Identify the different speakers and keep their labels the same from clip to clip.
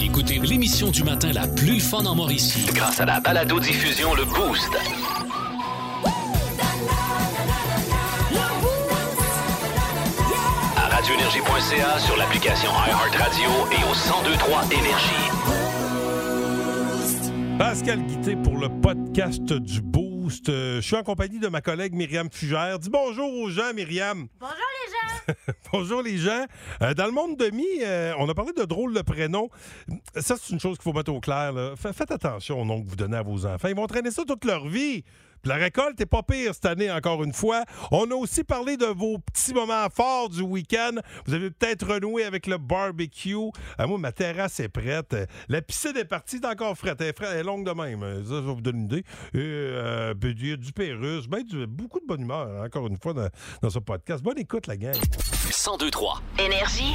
Speaker 1: Écoutez l'émission du matin la plus fun en Mauricie.
Speaker 2: Grâce à la balado-diffusion Le Boost. À radioénergie.ca, sur l'application iHeartRadio et au 1023 Énergie.
Speaker 3: Pascal Guité pour le podcast du Boost. Euh, Je suis en compagnie de ma collègue Myriam Fugère. Dis bonjour aux gens, Myriam.
Speaker 4: Bonjour les gens!
Speaker 3: Bonjour les gens. Euh, dans le monde de mi, euh, on a parlé de drôle de prénom. Ça, c'est une chose qu'il faut mettre au clair. là. Fa- Faites attention au nom que vous donnez à vos enfants. Ils vont traîner ça toute leur vie. Puis la récolte n'est pas pire cette année, encore une fois. On a aussi parlé de vos petits moments forts du week-end. Vous avez peut-être renoué avec le barbecue. Ah, moi, ma terrasse est prête. Euh, La piscine est partie, elle est encore frette. Elle est, frette, elle est longue de même. Euh, Ça, je vais vous donner une idée. Et, euh, puis, il y a du Pérus. Ben, du- beaucoup de bonne humeur, hein, encore une fois, dans- dans ce podcast. Bonne écoute, la gang.
Speaker 2: 1023.
Speaker 4: Énergie,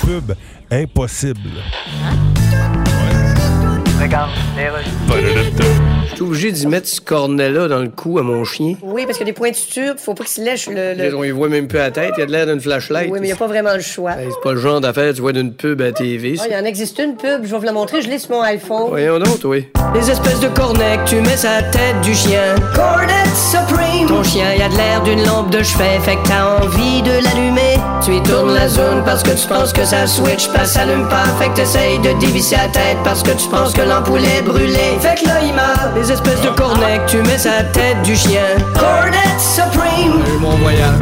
Speaker 3: pub impossible.
Speaker 5: Je suis obligé d'y mettre ce cornet-là dans le cou à mon chien.
Speaker 6: Oui, parce qu'il y a des points de suture, faut pas qu'il se lèche le. le-
Speaker 5: On y voit même plus à la tête, il y a de l'air d'une flashlight.
Speaker 6: Oui, mais il n'y a pas vraiment le choix.
Speaker 5: Hey, c'est pas le genre d'affaire que tu vois d'une pub à la TV.
Speaker 6: Ah,
Speaker 5: ça.
Speaker 6: Il y en existe une pub, je vais vous la montrer, je l'ai sur mon iPhone.
Speaker 5: Voyons donc, oui.
Speaker 6: Les espèces de cornets que tu mets sur la tête du chien. Cornet Supreme! Ton chien, il a de l'air d'une lampe de chevet, fait que t'as envie de l'allumer. Tu y tournes la zone parce que tu penses que ça switch, pas s'allume pas, fait que t'essayes de dévisser la tête parce que tu penses que l'ampoule est brûlée. Fait que là, il meurt. Les espèces de cornets que tu mets sur la tête du chien. Cornet Supreme!
Speaker 5: Mon voyage.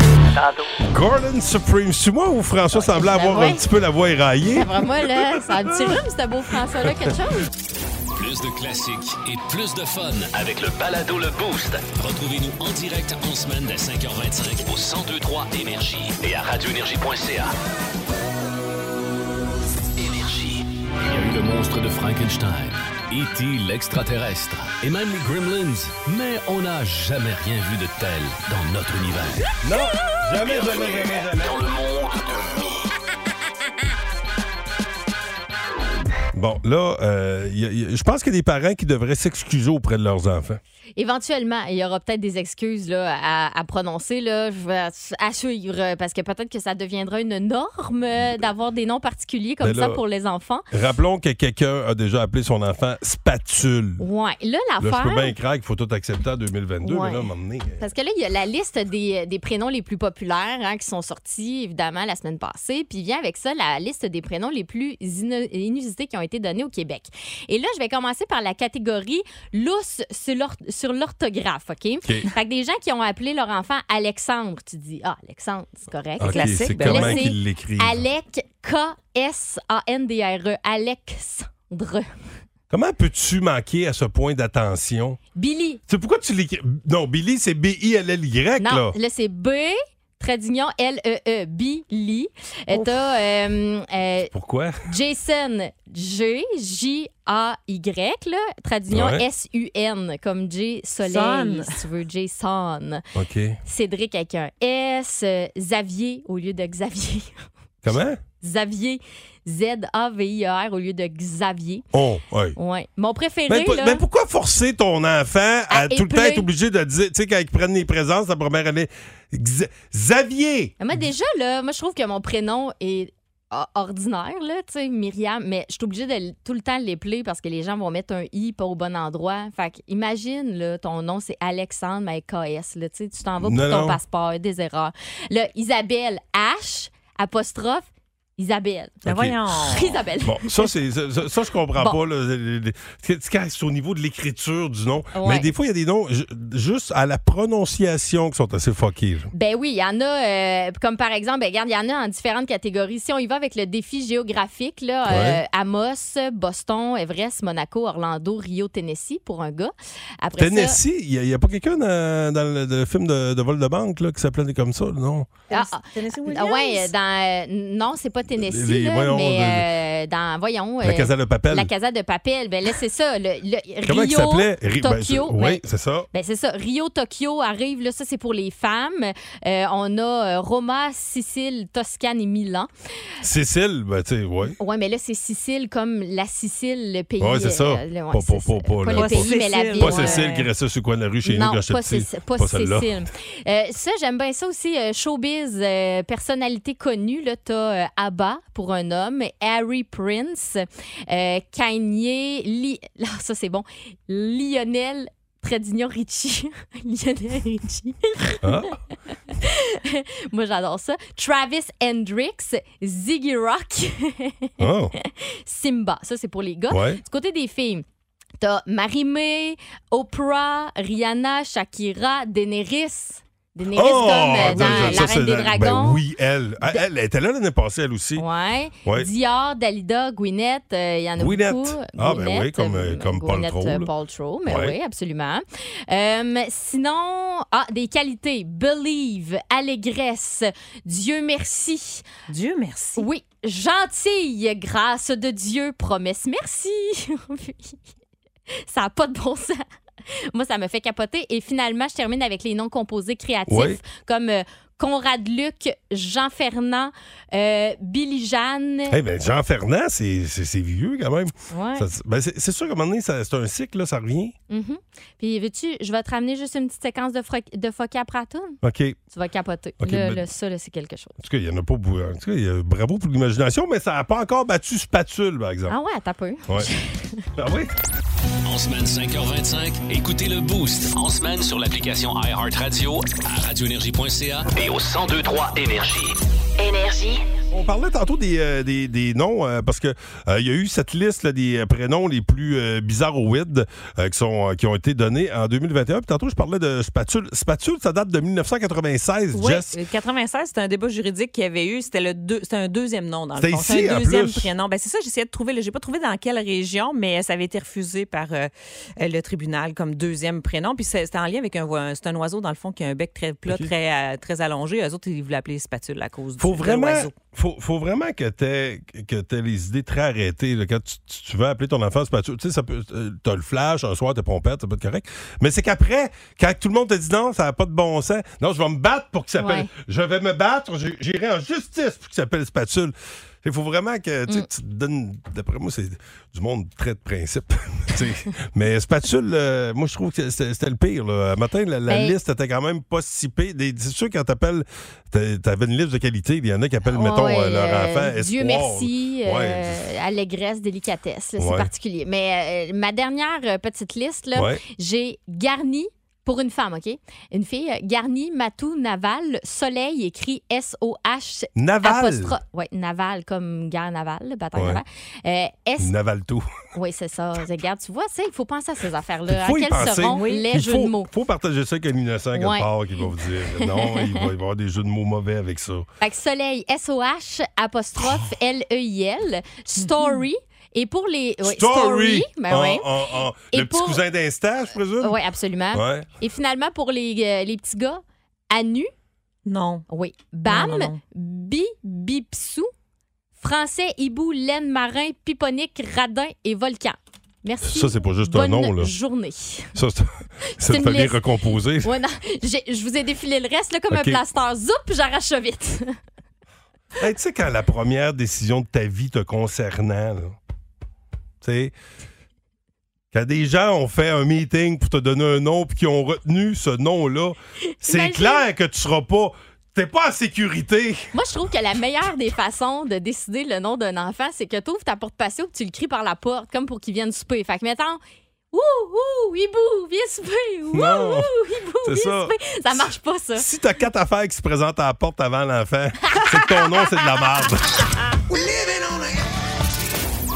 Speaker 3: Gordon Supreme, c'est moi ou François semblait avoir
Speaker 7: ouais.
Speaker 3: un petit peu la voix éraillée?
Speaker 7: Vraiment, là, ça a un petit rhume, ce beau François-là, quelque chose.
Speaker 1: Plus de classiques et plus de fun.
Speaker 2: Avec le balado Le Boost.
Speaker 1: Retrouvez-nous en direct en semaine dès 5h25
Speaker 2: Au 1023 Énergie. Et à radioénergie.ca. Énergie.
Speaker 1: Il y a eu le monstre de Frankenstein, E.T. l'extraterrestre et même les Gremlins, mais on n'a jamais rien vu de tel dans notre univers.
Speaker 3: Non! Jamais, jamais, jamais, jamais.
Speaker 2: Dans le monde de Mi.
Speaker 3: Bon, là, euh, y a- y a- je pense qu'il y a des parents qui devraient s'excuser auprès de leurs enfants.
Speaker 7: Éventuellement, il y aura peut-être des excuses là, à, à prononcer, là, je vais à suivre, parce que peut-être que ça deviendra une norme euh, d'avoir des noms particuliers comme
Speaker 3: Ben là-
Speaker 7: ça pour les enfants.
Speaker 3: Rappelons que quelqu'un a déjà appelé son enfant spatule.
Speaker 7: Ouais, là,
Speaker 3: Là, je peux
Speaker 7: l'affaire.
Speaker 3: bien craindre qu'il faut tout accepter en 2022,
Speaker 7: Ouais.
Speaker 3: mais là, m'emmener.
Speaker 7: Parce que là, il y a la liste des, des prénoms les plus populaires hein, qui sont sortis, évidemment, la semaine passée. Puis vient avec ça la liste des prénoms les plus ino- inusités qui ont été donnés au Québec. Et là, je vais commencer par la catégorie lousse sur l'or- sur l'orthographe, OK? Fait que des gens qui ont appelé leur enfant Alexandre, tu dis, ah, Alexandre, c'est correct.
Speaker 3: euh, OK,
Speaker 6: classique,
Speaker 3: c'est
Speaker 6: ben
Speaker 3: comment
Speaker 7: là, c'est
Speaker 3: qu'il l'écrit.
Speaker 7: Alec, K-S-A-N-D-R-E, E, Alexandre.
Speaker 3: Comment peux-tu manquer à ce point d'attention?
Speaker 7: Billy,
Speaker 3: C'est pourquoi tu l'écris. Non, Billy, c'est B-I-L-L-Y,
Speaker 7: Non,
Speaker 3: là.
Speaker 7: là, c'est B, Tradignon, L-E-E, Billy. Et T'as euh, euh,
Speaker 3: Pourquoi?
Speaker 7: Jason, G, J-A-Y, là, Tradignon,
Speaker 3: Ouais.
Speaker 7: S-U-N, comme J, Soleil,
Speaker 6: Son.
Speaker 7: si tu veux, Jason.
Speaker 3: OK.
Speaker 7: Cédric avec un S, euh, Xavier au lieu de Xavier.
Speaker 3: Comment?
Speaker 7: Xavier, Z-A-V-I-E-R E, au lieu de Xavier.
Speaker 3: Oh, oui.
Speaker 7: Ouais. Mon préféré,
Speaker 3: Mais, Ben, pour-
Speaker 7: là...
Speaker 3: mais pourquoi forcer ton enfant à,
Speaker 7: À
Speaker 3: tout le temps
Speaker 7: épeler.
Speaker 3: être obligé de dire, tu sais, quand ils prennent les présences la première année, X- Xavier!
Speaker 7: Ah, Mais Moi, déjà, là, moi, je trouve que mon prénom est o- ordinaire, là, tu sais, Myriam, mais je suis obligée de l- tout le temps l'épeler parce que les gens vont mettre un I pas au bon endroit. Fait que, imagine, là, ton nom, c'est Alexandre, mais avec KS, là, tu sais, tu t'en vas pour
Speaker 3: Non,
Speaker 7: ton
Speaker 3: non.
Speaker 7: passeport, des erreurs. Là, Isabelle, H, apostrophe, Isabelle.
Speaker 3: Ok.
Speaker 4: voyons.
Speaker 7: Isabelle.
Speaker 3: Bon, ça, c'est, ça, ça- ça, je comprends
Speaker 7: Ben, Bon.
Speaker 3: pas. là. Les- les- C'est c'est quand c'est au niveau de l'écriture du nom.
Speaker 7: Ouais.
Speaker 3: Mais des fois, il y a des noms ju- juste à la prononciation qui sont assez fuckés. là.
Speaker 7: Ben oui, il y en a, euh, comme par exemple, ben regarde, il y en a en différentes catégories. Si on y va avec le défi géographique, là,
Speaker 3: Ouais.
Speaker 7: euh, Amos, Boston, Everest, Monaco, Orlando, Rio, Tennessee pour un gars. Après ça,
Speaker 3: Tennessee, il n'y a, pas quelqu'un dans, dans le, le film de, de vol de banque là, qui s'appelait comme ça, non?
Speaker 7: Ah, ah, ah ouais, euh, dans, euh, non, c'est pas pas Tennessee,
Speaker 3: Les-
Speaker 7: là,
Speaker 3: voyons,
Speaker 7: mais euh, dans, voyons,
Speaker 3: La
Speaker 7: euh,
Speaker 3: Casa de Papel.
Speaker 7: la Casa de Papel. Ben là, c'est ça. Le, le
Speaker 3: Comment il
Speaker 7: Rio,
Speaker 3: s'appelait? Ri- ben, c'est-
Speaker 7: Tokyo. ben,
Speaker 3: oui, c'est ça.
Speaker 7: ben, c'est ça. Rio, Tokyo arrive. Là, ça, c'est pour les femmes. Euh, on a euh, Roma, Sicile, Toscane et Milan.
Speaker 3: Cécile, ben, tu sais, oui.
Speaker 7: Oui, mais là, c'est Sicile comme la Sicile, le pays. euh,
Speaker 3: Ouais, c'est ça.
Speaker 7: le- ouais,
Speaker 3: Pas-
Speaker 7: c'est
Speaker 3: pas-
Speaker 7: ça.
Speaker 3: pas- pas
Speaker 7: Pas
Speaker 3: le-
Speaker 7: le
Speaker 3: pas-
Speaker 7: pays, mais la
Speaker 4: Sicile.
Speaker 7: ville.
Speaker 3: Pas
Speaker 7: ouais.
Speaker 3: Cécile qui restait sur le coin de la rue chez nous
Speaker 7: non,
Speaker 3: quand j'étais
Speaker 7: pas,
Speaker 3: petit.
Speaker 7: Cécile- pas
Speaker 3: Pas celle-là.
Speaker 7: Cécile. Euh, ça, j'aime bien ça aussi. euh, showbiz, euh, personnalité connue. Là, t'as euh, ABBA pour un homme, Harry Prince, euh, Kanye, Li- là, ça c'est bon, Lionel Tradignan Richie. Lionel Richie.
Speaker 3: Hein?
Speaker 7: Moi, j'adore ça. Travis Hendrix, Ziggy Rock,
Speaker 3: Oh,
Speaker 7: Simba. Ça, c'est pour les gars.
Speaker 3: ouais.
Speaker 7: Du côté des filles, t'as Marie-Mé, Oprah, Rihanna, Shakira, Daenerys. Daenerys comme euh,
Speaker 3: Ah,
Speaker 7: dans
Speaker 3: ça,
Speaker 7: La
Speaker 3: ça,
Speaker 7: Reine
Speaker 3: c'est
Speaker 7: des
Speaker 3: dans-
Speaker 7: Dragons.
Speaker 3: Ben oui, elle. Elle, elle était là l'année passée, elle aussi.
Speaker 7: Ouais.
Speaker 3: Ouais.
Speaker 7: Dior, Dalida, Gwyneth, euh, il y en a
Speaker 3: Gwyneth.
Speaker 7: beaucoup.
Speaker 3: Ah, ben oui, comme, euh,
Speaker 7: euh,
Speaker 3: comme Paul
Speaker 7: Gwyneth,
Speaker 3: Trou,
Speaker 7: euh,
Speaker 3: là.
Speaker 7: Paul Trou, mais
Speaker 3: Ouais.
Speaker 7: oui, absolument. Euh, sinon, ah, des qualités. Believe, allégresse, Dieu merci.
Speaker 4: Dieu merci.
Speaker 7: Oui, gentille, grâce de Dieu, promesse, merci. ça n'a pas de bon sens. Moi, ça me fait capoter. Et finalement, je termine avec les noms composés créatifs
Speaker 3: Ouais.
Speaker 7: comme euh, Conrad Luc, Jean Fernand, euh, Billy Jeanne.
Speaker 3: Eh ben, Jean Fernand, c'est c'est- c'est vieux quand même.
Speaker 7: Ouais.
Speaker 3: Ça- ben, c'est c'est sûr qu'à un moment donné, ça- c'est un cycle, là, ça revient.
Speaker 7: Mhm. Puis, veux-tu, je vais te ramener juste une petite séquence de, fro- de Foca après la toune.
Speaker 3: OK. En
Speaker 7: Tu vas capoter.
Speaker 3: Ok,
Speaker 7: là,
Speaker 3: ben-
Speaker 7: là, ça, là, c'est quelque chose.
Speaker 3: tout cas, il y en a pas beaucoup. En tout cas, il y a- bravo pour l'imagination, mais ça n'a pas encore battu Spatule, par exemple.
Speaker 7: Ah ouais, t'as peu.
Speaker 3: Ouais. ah oui?
Speaker 1: En semaine 5h25, écoutez le Boost
Speaker 2: En semaine sur l'application iHeartRadio
Speaker 1: à radioénergie.ca.
Speaker 2: et au 1023 Énergie.
Speaker 8: Énergie.
Speaker 3: On parlait tantôt des, euh, des, des noms, euh, parce que euh, il y a eu cette liste là, des euh, prénoms les plus euh, bizarroïdes euh, qui, sont, euh, qui ont été donnés en 2021. Puis tantôt, je parlais de Spatule. Spatule, ça date de 1996,
Speaker 4: Oui,
Speaker 3: Jess.
Speaker 4: euh, 96, c'était un débat juridique qu'il y avait eu. C'était le deux, c'était un deuxième nom dans le
Speaker 3: C'était
Speaker 4: fond.
Speaker 3: ici,
Speaker 4: C'est un
Speaker 3: en
Speaker 4: deuxième
Speaker 3: plus.
Speaker 4: prénom. Ben, c'est ça, j'essayais de trouver. là. J'ai pas trouvé dans quelle région, mais euh, ça avait été refusé par euh, euh, le tribunal comme deuxième prénom. Puis c'est- c'était en lien avec un, vo- un- c'est un oiseau dans le fond qui a un bec très plat, très, euh, très allongé. Eux autres, ils voulaient appeler spatule à cause
Speaker 3: Faut
Speaker 4: du de
Speaker 3: vraiment,
Speaker 4: l'oiseau.
Speaker 3: faut, faut vraiment que t'aies que t'aies les idées très arrêtées. là. Quand tu, tu- tu veux appeler ton enfant spatule, tu sais, ça peut- euh, t'as le flash, un soir, t'es pompette, ça peut être correct. Mais c'est qu'après, quand tout le monde te dit non, ça n'a pas de bon sens, non, je vais me battre pour qu'il s'appelle.
Speaker 7: Ouais.
Speaker 3: Je vais me battre, j'ai- j'irai en justice pour qu'il s'appelle spatule. Il faut vraiment que
Speaker 4: Mm.
Speaker 3: tu sais, tu te donnes. D'après moi, c'est du monde très de principe. tu sais. Mais spatule, euh, moi, je trouve que c'était c'était le pire. Là. Un matin, la, la
Speaker 7: Ben-
Speaker 3: liste était quand même pas si pire. Des- C'est sûr, quand t'appelles T'a- T'avais une liste de qualité. Il y en a qui appellent, mettons,
Speaker 7: Ouais,
Speaker 3: euh, leur
Speaker 7: euh,
Speaker 3: enfant espoir.
Speaker 7: Dieu merci, euh,
Speaker 3: Ouais.
Speaker 7: allégresse, délicatesse, là,
Speaker 3: Ouais.
Speaker 7: c'est particulier. Mais euh, ma dernière euh, petite liste, là,
Speaker 3: Ouais.
Speaker 7: j'ai Garni pour une femme, OK? Une fille, euh, Garni, Matou, Naval, Soleil, écrit S-O-H,
Speaker 3: Naval.
Speaker 7: apostrophe. Oui, Naval, comme gare navale, le bataille
Speaker 3: Ouais.
Speaker 7: navale. Euh, S,
Speaker 3: Naval tout.
Speaker 7: oui, c'est ça. Regarde, tu vois, ça, il faut penser à ces affaires-là. À
Speaker 3: Faut y
Speaker 7: quels
Speaker 3: penser.
Speaker 7: seront
Speaker 3: Oui.
Speaker 7: les
Speaker 3: Il
Speaker 7: jeux
Speaker 3: faut,
Speaker 7: de mots?
Speaker 3: faut partager ça avec un innocent quelque
Speaker 7: Ouais.
Speaker 3: part qui va vous dire. Non, il va, il va y avoir des jeux de mots mauvais avec ça.
Speaker 7: Fait que soleil, S-O-H, apostrophe,
Speaker 3: Ah.
Speaker 7: L-E-I-L, story. Et pour les. ouais, ben
Speaker 3: En-
Speaker 7: ouais.
Speaker 3: en- en-
Speaker 7: Et
Speaker 3: Ah, Le petit
Speaker 7: pour-
Speaker 3: cousin d'instant, je présume?
Speaker 7: Oui, absolument.
Speaker 3: ah. Ouais.
Speaker 7: Et finalement, pour les, euh, les petits gars, Anu,
Speaker 4: Non.
Speaker 7: oui, Bam,
Speaker 4: Non, non, non.
Speaker 7: Bi, Bipsou, Français, Hibou, Laine, Marin, Piponique, Radin et Volcan. Merci.
Speaker 3: Ça, c'est pas juste un
Speaker 7: Bonne
Speaker 3: nom, là.
Speaker 7: journée.
Speaker 3: Ça, c'est- c'est une
Speaker 7: une
Speaker 3: famille
Speaker 7: liste.
Speaker 3: recomposée.
Speaker 7: Ouais, non, j'ai- je vous ai défilé le reste là, comme
Speaker 3: Ok.
Speaker 7: un plaster. Zoup, j'arrache ça vite.
Speaker 3: Hey, tu sais, quand la première décision de ta vie te concernant, là, tu sais, quand des gens ont fait un meeting pour te donner un nom puis qui ont retenu ce nom-là, c'est
Speaker 7: Imagine.
Speaker 3: clair que tu seras pas. T'es pas en sécurité.
Speaker 7: Moi, je trouve que la meilleure des façons de décider le nom d'un enfant, c'est que tu ouvres ta porte patio et tu le cries par la porte, comme pour qu'il vienne souper. Fait que, mettons, Ouh, ouh, hibou, viens souper! Ouh,
Speaker 3: Non.
Speaker 7: ouh, hibou,
Speaker 3: C'est
Speaker 7: viens
Speaker 3: ça.
Speaker 7: souper! Ça marche pas, ça.
Speaker 3: Si t'as quatre affaires qui se présentent à la porte avant l'enfant, c'est que ton nom, c'est de la merde.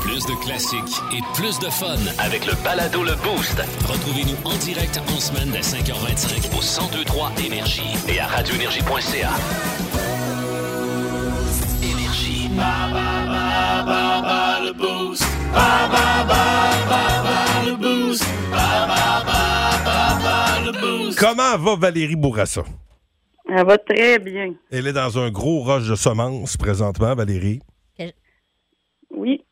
Speaker 1: Plus de classiques et plus de fun.
Speaker 2: Avec le balado Le Boost
Speaker 1: Retrouvez-nous en direct en semaine dès 5h25
Speaker 2: au 1023 Énergie et à radioénergie.ca. Énergie.
Speaker 3: Comment va Valérie Bourassa?
Speaker 9: Ça va très bien.
Speaker 8: Ah,
Speaker 3: Elle est dans un gros roche de semences présentement, Valérie.
Speaker 8: Oui.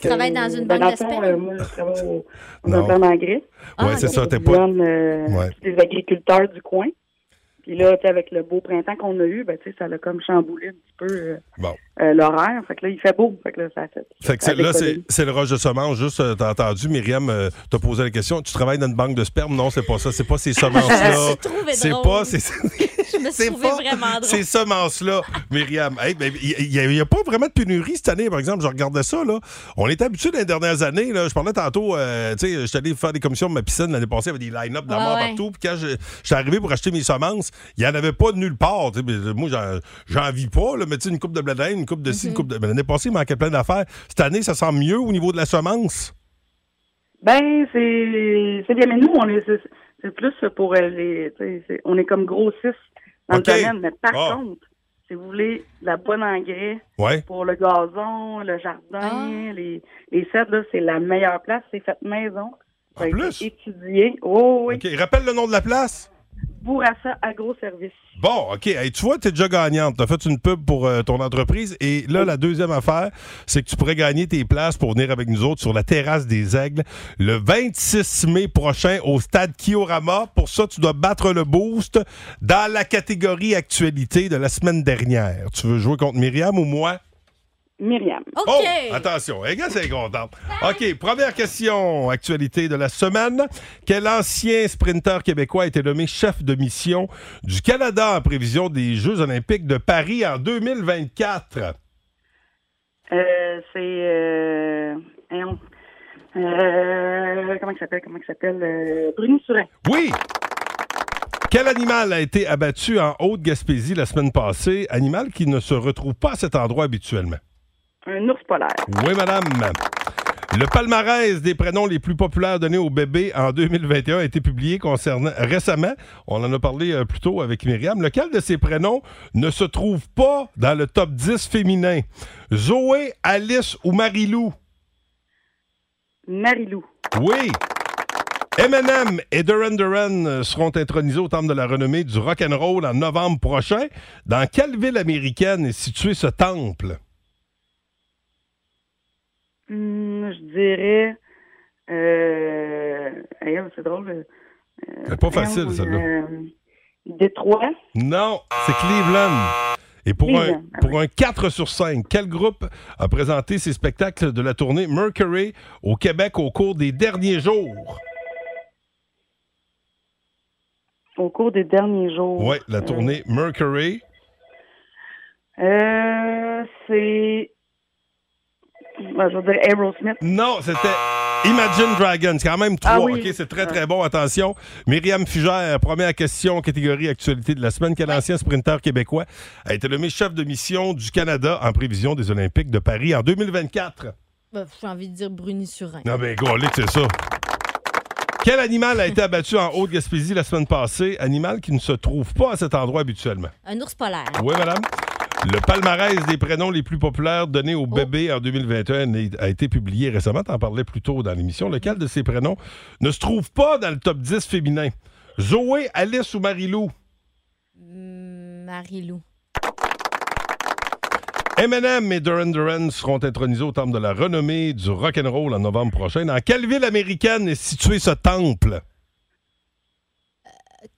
Speaker 7: Tu travailles dans une
Speaker 8: Ben,
Speaker 7: banque
Speaker 8: dans le fond, euh,
Speaker 7: d'espèces?
Speaker 8: moi, je travaille au au
Speaker 3: Non.
Speaker 8: Northern Agri.
Speaker 7: Ah,
Speaker 3: ouais, c'est
Speaker 7: ok.
Speaker 3: ça, t'es pas.
Speaker 8: Visionne, euh,
Speaker 3: Ouais.
Speaker 8: des agriculteurs du coin. Puis là, tu sais, avec le beau printemps qu'on a eu, ben, tu sais, ça l'a comme chamboulé un petit peu euh,
Speaker 3: Bon.
Speaker 8: euh, l'horaire. Fait que là, il fait beau. Fait que là, ça fait.
Speaker 3: Fait que
Speaker 8: ça
Speaker 3: c'est- là, c'est
Speaker 8: décolle.
Speaker 3: c'est le roche de semences. Juste, euh, t'as entendu, Myriam, euh, t'as posé la question. Tu travailles dans une banque de sperme? Non, c'est pas ça. C'est pas ces semences-là.
Speaker 7: Je trouvais
Speaker 3: C'est
Speaker 7: drôle.
Speaker 3: pas ces,
Speaker 7: Je me suis
Speaker 3: c'est
Speaker 7: trouvée
Speaker 3: pas-
Speaker 7: vraiment drôle.
Speaker 3: ces semences-là, Myriam. Hey, ben, Il n'y a, il y a pas vraiment de pénurie cette année, par exemple. Je regardais ça. Là. On est habitué dans les dernières années. Là. Je parlais tantôt, euh, tu sais, je suis allé faire des commissions de ma piscine l'année passée. Il y avait des line-up dans
Speaker 7: Ouais, ouais.
Speaker 3: partout. Puis quand je, je suis arrivé pour acheter mes semences, il n'y en avait pas de nulle part. tu sais. Mais Moi, j'en- j'en vis pas. Là. Mais tu sais, une coupe de blé d'Inde, une coupe de ci, une coupe de. mais L'année passée, il manquait plein d'affaires. Cette année, ça semble mieux au niveau de la semence.
Speaker 8: Ben, c'est c'est bien. Mais nous, on est, c'est- c'est plus pour euh, les. tu sais, c'est- On est comme grossistes dans
Speaker 3: Ok.
Speaker 8: le domaine. Mais par
Speaker 3: Ah.
Speaker 8: contre, si vous voulez de la bonne engrais
Speaker 3: Ouais.
Speaker 8: pour le gazon, le jardin,
Speaker 7: Ah.
Speaker 8: les, les sets, là, c'est la meilleure place. C'est fait maison.
Speaker 3: En plus?
Speaker 8: Étudié. Oh, oui.
Speaker 3: OK. Rappelle le nom de la place.
Speaker 8: Bourassa Agro-Service.
Speaker 3: Bon, OK. Hey, tu vois, tu es déjà gagnante. Tu as fait une pub pour euh, ton entreprise. Et là, la deuxième affaire, c'est que tu pourrais gagner tes places pour venir avec nous autres sur la terrasse des Aigles le 26 mai prochain au stade Kiorama. Pour ça, tu dois battre le boost dans la catégorie actualité de la semaine dernière. Tu veux jouer contre Myriam ou moi?
Speaker 8: Myriam.
Speaker 7: OK.
Speaker 3: Oh, attention, les gars, c'est contente. OK, première question, actualité de la semaine. Quel ancien sprinteur québécois a été nommé chef de mission du Canada en prévision des Jeux olympiques de Paris en 2024?
Speaker 8: Euh, c'est. Euh, voyons. Euh, comment il s'appelle? Comment il s'appelle? Euh, Bruno Surin.
Speaker 3: Oui! Quel animal a été abattu en Haute-Gaspésie la semaine passée, animal qui ne se retrouve pas à cet endroit habituellement?
Speaker 8: Un ours polaire.
Speaker 3: Oui, madame. Le palmarès des prénoms les plus populaires donnés aux bébés en 2021 a été publié concernant récemment. On en a parlé euh, plus tôt avec Myriam. Lequel de ces prénoms ne se trouve pas dans le top 10 féminin? Zoé, Alice ou Marilou?
Speaker 8: Marilou.
Speaker 3: Oui. Eminem et Duran Duran euh, seront intronisés au temple de la renommée du rock'n'roll en novembre prochain. Dans quelle ville américaine est situé ce temple?
Speaker 8: Hum, je dirais. Euh, voyons, c'est drôle. euh,
Speaker 3: C'est pas
Speaker 8: voyons,
Speaker 3: facile, celle-là.
Speaker 8: euh, Détroit.
Speaker 3: Non, c'est Cleveland. Et pour,
Speaker 8: Cleveland, ah
Speaker 3: un, pour un 4 sur 5, quel groupe a présenté ses spectacles de la tournée Mercury au Québec au cours des derniers jours?
Speaker 8: Au cours des derniers jours.
Speaker 3: Oui, la tournée Mercury.
Speaker 8: Euh, c'est. ben, je veux dire Aerosmith.
Speaker 3: Non, c'était Imagine Dragons, quand même trois.
Speaker 8: Ah oui.
Speaker 3: OK, c'est très, très bon, attention. Myriam Fugère, première question, catégorie actualité de la semaine. Quel ancien sprinteur québécois a été nommé chef de mission du Canada en prévision des Olympiques de Paris en 2024?
Speaker 7: Bah, J'ai envie de dire Bruni Surin.
Speaker 3: Non, ben, golique, c'est ça. Quel animal a été abattu en Haute-Gaspésie la semaine passée? Animal qui ne se trouve pas à cet endroit habituellement.
Speaker 7: Un ours polaire.
Speaker 3: Oui, madame? Le palmarès des prénoms les plus populaires donnés aux bébés en 2021 est- a été publié récemment. T'en parlais plus tôt dans l'émission. Lequel de ces prénoms ne se trouve pas dans le top 10 féminin? Zoé, Alice ou Marilou?
Speaker 7: Hum, Marie-Lou.
Speaker 3: Eminem et Duran Duran seront intronisés au temple de la renommée du rock'n'roll en novembre prochain. Dans quelle ville américaine est situé ce temple?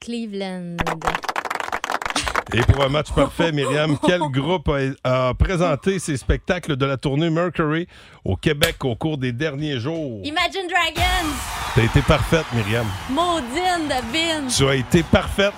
Speaker 7: Cleveland.
Speaker 3: Et pour un match parfait, Myriam, quel groupe a, a présenté ses spectacles de la tournée Mercury au Québec au cours des derniers jours?
Speaker 7: Imagine Dragons.
Speaker 3: T'as été parfaite, Myriam.
Speaker 7: Maudine Devine.
Speaker 3: Tu as été parfaite.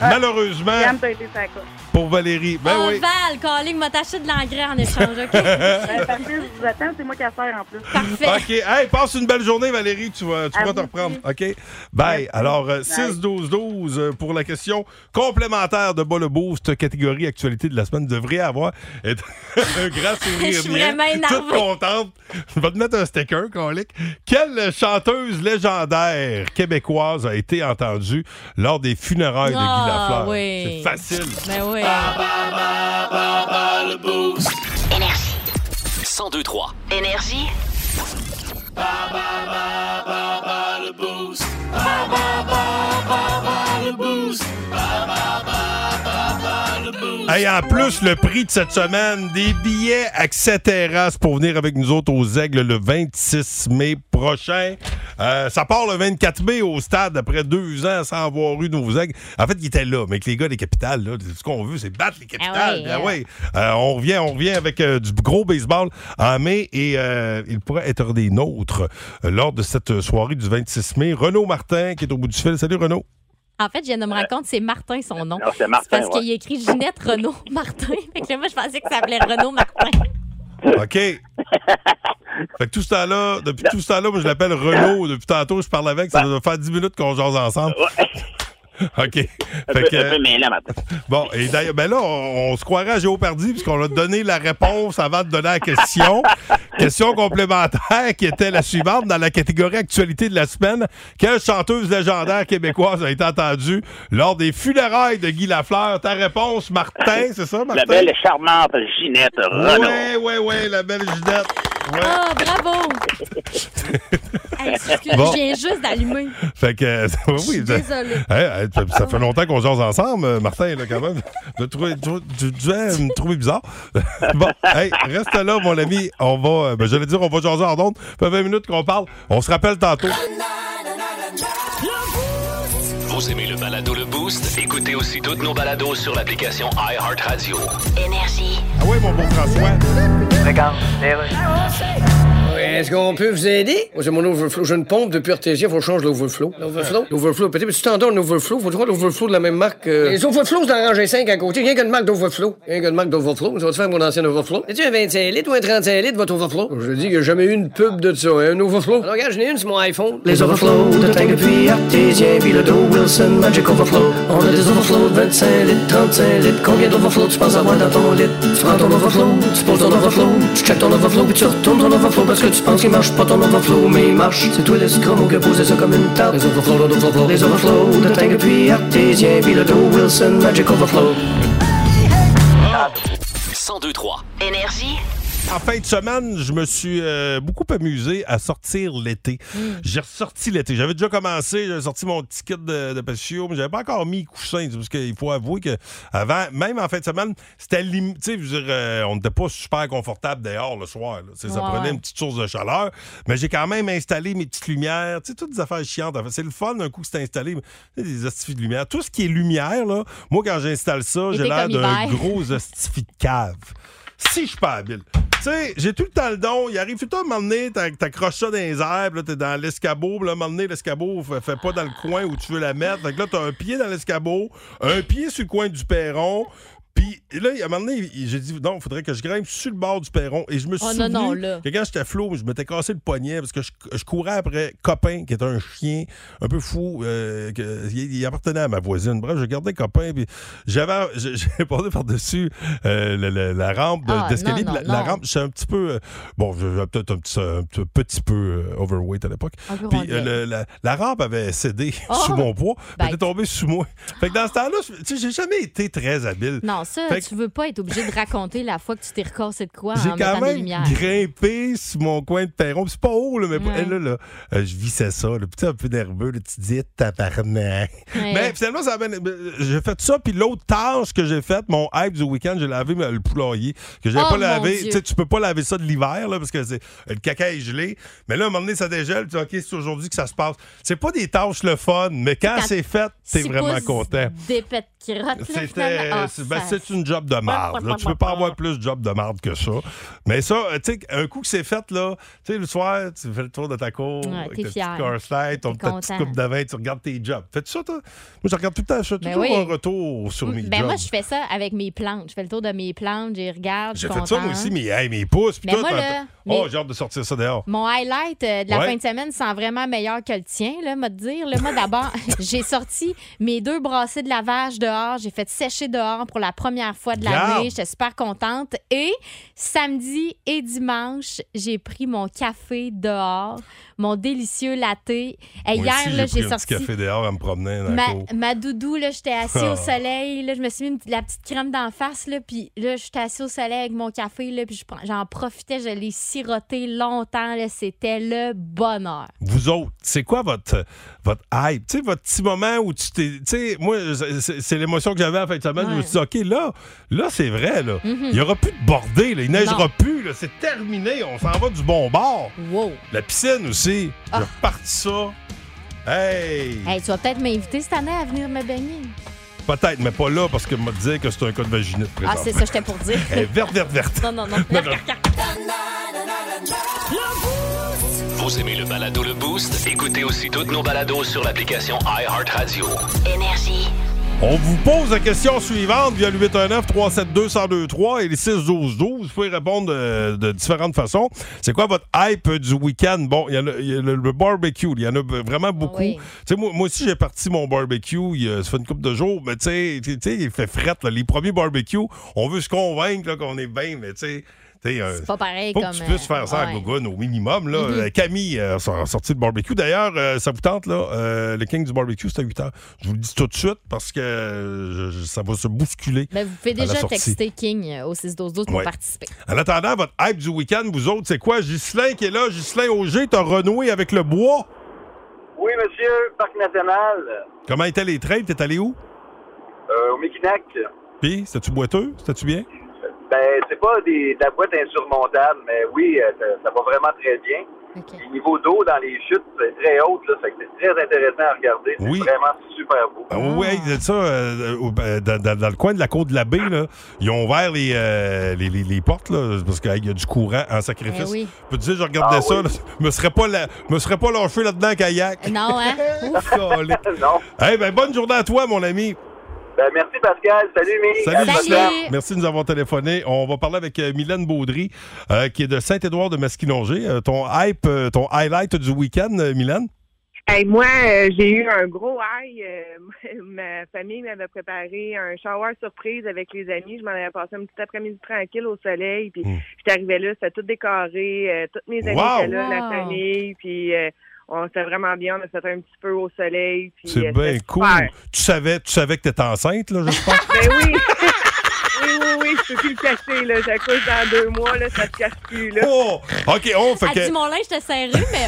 Speaker 3: Malheureusement,
Speaker 8: Yann, Ah, t'as été Ah, sa coche.
Speaker 3: pour Valérie, ben
Speaker 7: On
Speaker 3: oui.
Speaker 7: Val, Calling m'a taché de l'engrais en échange, OK?
Speaker 8: Ben, parce que je vous attends, c'est moi qui a faire en plus.
Speaker 7: Parfait.
Speaker 3: OK. Hey, passe une belle journée, Valérie. Tu vas, tu
Speaker 8: À
Speaker 3: vas te
Speaker 8: vous
Speaker 3: reprendre.
Speaker 8: aussi.
Speaker 3: OK. Bye.
Speaker 8: Merci.
Speaker 3: Alors, euh,
Speaker 8: Bye.
Speaker 3: 6-12-12 euh, pour la question complémentaire de Bas le Boost, catégorie actualité de la semaine. devrait avoir un grand sourire.
Speaker 7: Je suis
Speaker 3: niais,
Speaker 7: vraiment
Speaker 3: Toute
Speaker 7: énervée.
Speaker 3: contente. Je vais te mettre un sticker, colique. Quelle chanteuse légendaire québécoise a été entendue lors des funérailles de
Speaker 7: Ah,
Speaker 3: Guy Lafleur?
Speaker 7: oui.
Speaker 3: C'est facile.
Speaker 7: Ben oui.
Speaker 2: 1023.
Speaker 9: Énergie.
Speaker 3: Hey, en plus, le prix de cette semaine, des billets accès terrasse pour venir avec nous autres aux Aigles le 26 mai prochain. Euh, ça part le 24 mai au stade après deux ans sans avoir eu nos aigles. En fait, ils étaient là, mais que les gars des capitales, là, ce qu'on veut, c'est battre les capitales.
Speaker 7: Ah
Speaker 3: Ah
Speaker 7: ouais,
Speaker 3: ouais. Euh, on revient, on revient avec euh, du gros baseball en mai et euh, il pourra être des nôtres euh, lors de cette soirée du 26 mai. Renaud Martin qui est au bout du fil. Salut Renaud.
Speaker 7: En fait, je viens de me rendre compte, c'est Martin son nom.
Speaker 2: Non, c'est
Speaker 7: C'est
Speaker 2: Martin,
Speaker 7: parce
Speaker 2: ouais.
Speaker 7: qu'il a écrit Ginette Renault Martin. Fait que là, moi, je pensais que ça s'appelait Renault Martin.
Speaker 3: OK. fait que tout ce temps-là, depuis tout ce temps-là, moi je l'appelle Renaud. Depuis tantôt, je parle avec. Ça
Speaker 2: Bah.
Speaker 3: doit faire 10 minutes qu'on jase ensemble. OK.
Speaker 2: Un
Speaker 3: Fait
Speaker 2: peu-
Speaker 3: que,
Speaker 2: un peu mêlant, Martin.
Speaker 3: bon, et d'ailleurs, ben là, on, on se croirait à Géopardy puisqu'on a donné la réponse avant de donner la question. question complémentaire qui était la suivante dans la catégorie actualité de la semaine. Quelle chanteuse légendaire québécoise a été entendue lors des funérailles de Guy Lafleur? Ta réponse, Martin, c'est ça, Martin?
Speaker 2: La belle Ah, et charmante Ginette Renault.
Speaker 3: Ouais, ouais, ouais, la belle Ginette. Ouais.
Speaker 7: Ah, bravo! Hey, excuse,
Speaker 3: Bon.
Speaker 7: Je viens juste d'allumer.
Speaker 3: Fait que, euh, oui, ça-
Speaker 7: Désolée.
Speaker 3: Hey, hey, ça, ça fait longtemps qu'on jase ensemble, euh, Martin, là, quand même. Tu trouvé, tu- tu- tu devais me trouver bizarre. bon, hey, reste là, mon ami. On va, euh, ben, j'allais dire, on va jaser en ondes. Ça fait 20 minutes qu'on parle. On se rappelle tantôt.
Speaker 1: Vous aimez le balado Le Boost?
Speaker 2: Écoutez aussi toutes nos balados sur l'application iHeartRadio.
Speaker 9: Énergie.
Speaker 3: Ah oui, mon bon François.
Speaker 5: Est-ce qu'on peut vous aider? Moi, c'est mon overflow. J'ai une pompe depuis Artesia, faut changer l'overflow. L'overflow? L'overflow, peut-être. mais Tu t'endors un overflow, faut trouver l'overflow de la même marque. euh. Les overflows, j'en rangeais 5 à côté. Rien qu'une marque d'overflow. Rien qu'une marque d'overflow. Ça va te faire mon ancien overflow. Es-tu un 25 litres ou un 35 litres, votre overflow? Je dis qu'il n'y a jamais eu une pub de ça. hein, Un overflow. Alors, regarde, j'en ai une sur mon iPhone. Les overflows de Tank depuis Artesia, puis le dos Wilson Magic Overflow. On a des overflows de 25 litres, 35 litres. Combien d'overflows tu penses avoir dans ton lit? Tu prends ton overflow, tu poses ton overflow, tu check ton overflow, puis tu retournes ton overflow parce que tu penses qu'il marche pas ton overflow, mais il marche. C'est toi l'escroc qui a posé ça comme une table. Les overflows, les overflows, les overflows de Tank depuis Artesia, puis le dos Wilson Magic Overflow.
Speaker 1: 1023.
Speaker 9: Énergie.
Speaker 3: En fin de semaine, je me suis euh, beaucoup amusé à sortir l'été.
Speaker 7: Hmm.
Speaker 3: J'ai ressorti l'été. J'avais déjà commencé, j'avais sorti mon petit kit de, de patio, mais j'avais pas encore mis coussin, tu sais, parce qu'il faut avouer que avant, même en fin de semaine, c'était limité. Je veux dire, euh, on n'était pas super confortable dehors le soir. là. Tu sais, Ça
Speaker 7: Ouais,
Speaker 3: prenait
Speaker 7: ouais.
Speaker 3: une petite source de chaleur, mais j'ai quand même installé mes petites lumières, tu sais, toutes des affaires chiantes. En fait, c'est le fun un coup que c'est installé, mais, tu sais, des astifies de lumière. Tout ce qui est lumière, là, moi quand j'installe ça,
Speaker 7: Été
Speaker 3: j'ai l'air
Speaker 7: comme
Speaker 3: d'un
Speaker 7: hiver.
Speaker 3: gros hostifie de cave. Si je suis pas habile. Tu sais, j'ai tout le temps le don. Il arrive tout le temps à m'emmener, t'accroches ça dans les airs, puis là, t'es dans l'escabeau, puis là, m'emmener l'escabeau, fait, fait pas dans le coin où tu veux la mettre. Fait que là, t'as un pied dans l'escabeau, un pied sur le coin du perron, puis là, à un moment donné, il- j'ai dit, non, faudrait que je grimpe sur le bord du perron. Et je me suis
Speaker 7: Oh, non,
Speaker 3: souvenu
Speaker 7: non, là.
Speaker 3: que quand j'étais flou, je m'étais cassé le poignet parce que je, je courais après Copain, qui était un chien un peu fou. euh, que- il, il appartenait à ma voisine. Bref, je gardais Copain, puis j'avais, je- j'ai passé par-dessus euh, la, la- la rampe de-
Speaker 7: Ah,
Speaker 3: d'escalier.
Speaker 7: non, non,
Speaker 3: puis la, la
Speaker 7: non.
Speaker 3: rampe, j'étais un petit peu. euh, bon, j'avais peut-être un petit, un petit- petit peu euh, overweight à l'époque.
Speaker 7: Un peu
Speaker 3: Puis
Speaker 7: rondelle.
Speaker 3: euh, le- la, la rampe avait cédé
Speaker 7: Oh!
Speaker 3: sous mon poids, mais
Speaker 7: Bête.
Speaker 3: était tombée sous moi. Fait que dans ce temps-là, je- tu sais, j'ai jamais été très habile.
Speaker 7: Non, ça,
Speaker 3: Fait que-
Speaker 7: tu veux pas être obligé de raconter la fois que tu t'es recassé de quoi
Speaker 3: J'ai
Speaker 7: en
Speaker 3: quand
Speaker 7: mettant des
Speaker 3: même
Speaker 7: lumières.
Speaker 3: grimpé sur mon coin de perron. Puis C'est pas haut, là, mais
Speaker 7: Ouais.
Speaker 3: là, là, euh, je vissais ça. Là, puis tu sais, un peu nerveux, là, tu te dis tabarnak.
Speaker 7: Ouais.
Speaker 3: Mais finalement, ça a bien- j'ai fait ça. Puis l'autre tâche que j'ai faite, mon hype du week-end, j'ai lavé ma- le poulailler. Que j'avais
Speaker 7: Oh,
Speaker 3: pas
Speaker 7: mon
Speaker 3: lavé.
Speaker 7: Dieu.
Speaker 3: Tu sais, tu peux pas laver ça de l'hiver, là, parce que c'est- le caca est gelé. Mais là, à un moment donné, ça dégèle. Tu dis, OK, c'est aujourd'hui que ça se passe. C'est pas des tâches le fun, mais quand
Speaker 7: Quand
Speaker 3: c'est fait, t'es vraiment content.
Speaker 7: D'épais de crottes, là,
Speaker 3: C'était, euh,
Speaker 7: finalement. Ah,
Speaker 3: c'est- ben,
Speaker 7: ça-
Speaker 3: c'est une job de marde. là. Tu peux pas avoir plus de job de marde que ça. Mais ça, euh, tu sais, un coup que c'est fait, là, tu sais, le soir, tu fais le tour de ta cour,
Speaker 7: Ouais,
Speaker 3: avec
Speaker 7: t'es
Speaker 3: ta petite
Speaker 7: fier.
Speaker 3: corslette, ton
Speaker 7: T'es
Speaker 3: ta petite
Speaker 7: content.
Speaker 3: coupe de vin, tu regardes tes jobs. Fais-tu ça, toi? Moi, je regarde tout le temps, je fais
Speaker 7: Ben
Speaker 3: toujours
Speaker 7: oui.
Speaker 3: un retour sur mes
Speaker 7: Ben
Speaker 3: jobs.
Speaker 7: moi, je fais ça avec mes plantes. Je fais le tour de mes plantes, je les regarde. je
Speaker 3: J'ai
Speaker 7: suis
Speaker 3: fait ça, moi
Speaker 7: contente.
Speaker 3: aussi, mais hey, mes pouces, puis
Speaker 7: Mais
Speaker 3: tout.
Speaker 7: Ben moi,
Speaker 3: mais-
Speaker 7: là,
Speaker 3: Oh,
Speaker 7: mes-
Speaker 3: j'ai hâte de sortir ça dehors.
Speaker 7: Mon highlight euh, de la
Speaker 3: Ouais.
Speaker 7: fin de semaine sent vraiment meilleur que le tien, là, m'a dire. Là, moi, d'abord, j'ai sorti mes deux brassées de lavage dehors. J'ai fait sécher dehors pour la première fois de
Speaker 3: Garde.
Speaker 7: l'année. J'étais super contente. Et samedi et dimanche, j'ai pris mon café dehors, mon délicieux latte. Et
Speaker 3: Moi
Speaker 7: Ben, hier,
Speaker 3: aussi,
Speaker 7: là,
Speaker 3: j'ai
Speaker 7: j'ai
Speaker 3: pris un petit
Speaker 7: sorti.
Speaker 3: café dehors à me promener dans la
Speaker 7: Ma,
Speaker 3: cour.
Speaker 7: ma doudou, là, j'étais assise
Speaker 3: Ah.
Speaker 7: au soleil, là, je me suis mis une petite- la petite crème d'en face, là, puis là, j'étais assise au soleil avec mon café, là, puis je prends- j'en profitais, je l'ai siroté longtemps, là, c'était le bonheur.
Speaker 3: vous autres, c'est quoi votre, votre hype? Tu sais, votre petit moment où tu t'es. Tu sais, moi, c'est- c'est l'émotion que j'avais à la fin de semaine. Je me
Speaker 7: Ouais. Mhm.
Speaker 3: suis dit, OK, là, là c'est vrai. là. Il n'y aura plus de bordée. là. Il neigera
Speaker 7: Non.
Speaker 3: plus. là. C'est terminé. On s'en va du bon bord.
Speaker 7: Wow.
Speaker 3: La piscine aussi.
Speaker 7: Ah.
Speaker 3: J'ai reparti ça. Hey!
Speaker 7: Hey, tu vas peut-être m'inviter cette année à venir me baigner.
Speaker 3: Peut-être, mais pas là parce que m'a dit que c'est un cas de vaginite présent.
Speaker 7: Ah, c'est ça, j'étais pour dire.
Speaker 3: Elle est verte, verte, verte.
Speaker 7: Non, non, non.
Speaker 2: Vous aimez le balado Le Boost? Écoutez aussi toutes nos balados sur l'application iHeartRadio.
Speaker 9: Énergie.
Speaker 3: On vous pose la question suivante via le 819-372-1023 et le 612-12. Vous pouvez répondre euh, de, différentes façons. C'est quoi votre hype du week-end? Bon, il y en a- il y a le, le barbecue. Il y en a vraiment beaucoup.
Speaker 7: Ah Oui.
Speaker 3: Tu sais, Moi, moi aussi, j'ai parti mon barbecue. Il, y a- ça fait une couple de jours. Mais tu sais, tu sais, il fait frette. là. Les premiers barbecues, on veut se convaincre là, qu'on est bien, mais tu sais... tu sais, euh,
Speaker 7: C'est pas pareil
Speaker 3: faut
Speaker 7: comme. euh,
Speaker 3: que tu puisses faire ça à
Speaker 7: ouais. Mm-hmm.
Speaker 3: Gougoune au minimum. Là. Euh, Camille euh, sort- sortie de barbecue. D'ailleurs, euh, ça vous tente, là, euh, le king du barbecue, c'est à 8 h. Je vous le dis tout de suite parce que euh, je- je- ça va se bousculer.
Speaker 7: Ben, vous pouvez
Speaker 3: la
Speaker 7: déjà
Speaker 3: sortie.
Speaker 7: texter King euh, au 612 pour
Speaker 3: Ouais.
Speaker 7: participer.
Speaker 3: En attendant, votre hype du week-end, vous autres, c'est quoi? Ghislain qui est là, Ghislain Auger, t'as renoué avec le bois.
Speaker 10: Oui, monsieur, Parc National,
Speaker 3: Comment étaient les trails? T'es allé où?
Speaker 10: euh, au Mikinak.
Speaker 3: Puis, c'était-tu boiteux? C'était-tu bien?
Speaker 10: Ben, c'est pas des, de la boîte insurmontable, mais oui, euh, ça, ça va vraiment très bien.
Speaker 7: OK. Euh,
Speaker 10: Le niveau d'eau dans les chutes c'est très haute, là, fait que c'est très intéressant à regarder. C'est
Speaker 3: Oui.
Speaker 10: vraiment super beau.
Speaker 3: Ah oui, hey, c'est ça, euh, au- euh, dans, dans- dans le coin de la côte de la baie, là, ils ont ouvert les, euh, les, les- les portes là, parce qu'il y a du courant en sacrifice.
Speaker 7: Ben oui.
Speaker 3: Je peux te dire, je regardais
Speaker 10: Ah
Speaker 3: ça,
Speaker 10: oui.
Speaker 3: là, je me serais pas, la- me serais pas lâché là-dedans en kayak.
Speaker 7: Non, hein? Ouf.
Speaker 3: Calé.
Speaker 10: non.
Speaker 3: hey, ben, bonne journée à toi, mon ami.
Speaker 10: Ben, merci, Pascal. Salut, Mimi.
Speaker 3: Salut,
Speaker 7: Salut.
Speaker 3: Ghislain. Merci de nous avoir téléphoné. On va parler avec euh, Mylène Baudry, euh, qui est de Saint-Édouard de Masquinongé. Euh, ton hype, euh, ton highlight du week-end, euh, Mylène?
Speaker 11: Hey, moi, euh, j'ai eu un gros high. euh, ma famille m'avait préparé un shower surprise avec les amis. Je m'en avais passé un petit après-midi tranquille au soleil. Puis,
Speaker 3: Mm.
Speaker 11: j'étais arrivée là, c'était tout décoré. euh, toutes mes amis
Speaker 3: Wow!
Speaker 11: étaient là, la
Speaker 7: Wow!
Speaker 11: famille. Puis, euh, on s'était vraiment bien. On a fait un petit peu au soleil. puis,
Speaker 3: C'est
Speaker 11: euh,
Speaker 3: bien
Speaker 11: c'était
Speaker 3: cool.
Speaker 11: super.
Speaker 3: Tu savais, tu savais que t'étais enceinte, là, j'espère?
Speaker 11: Ben oui! oui, oui, oui, je peux plus le cacher, là. J'accouche dans deux mois, là, ça se cache plus, là.
Speaker 3: oh! OK, on fait
Speaker 7: Elle
Speaker 3: que...
Speaker 7: dit mon linge, je te serré, mais.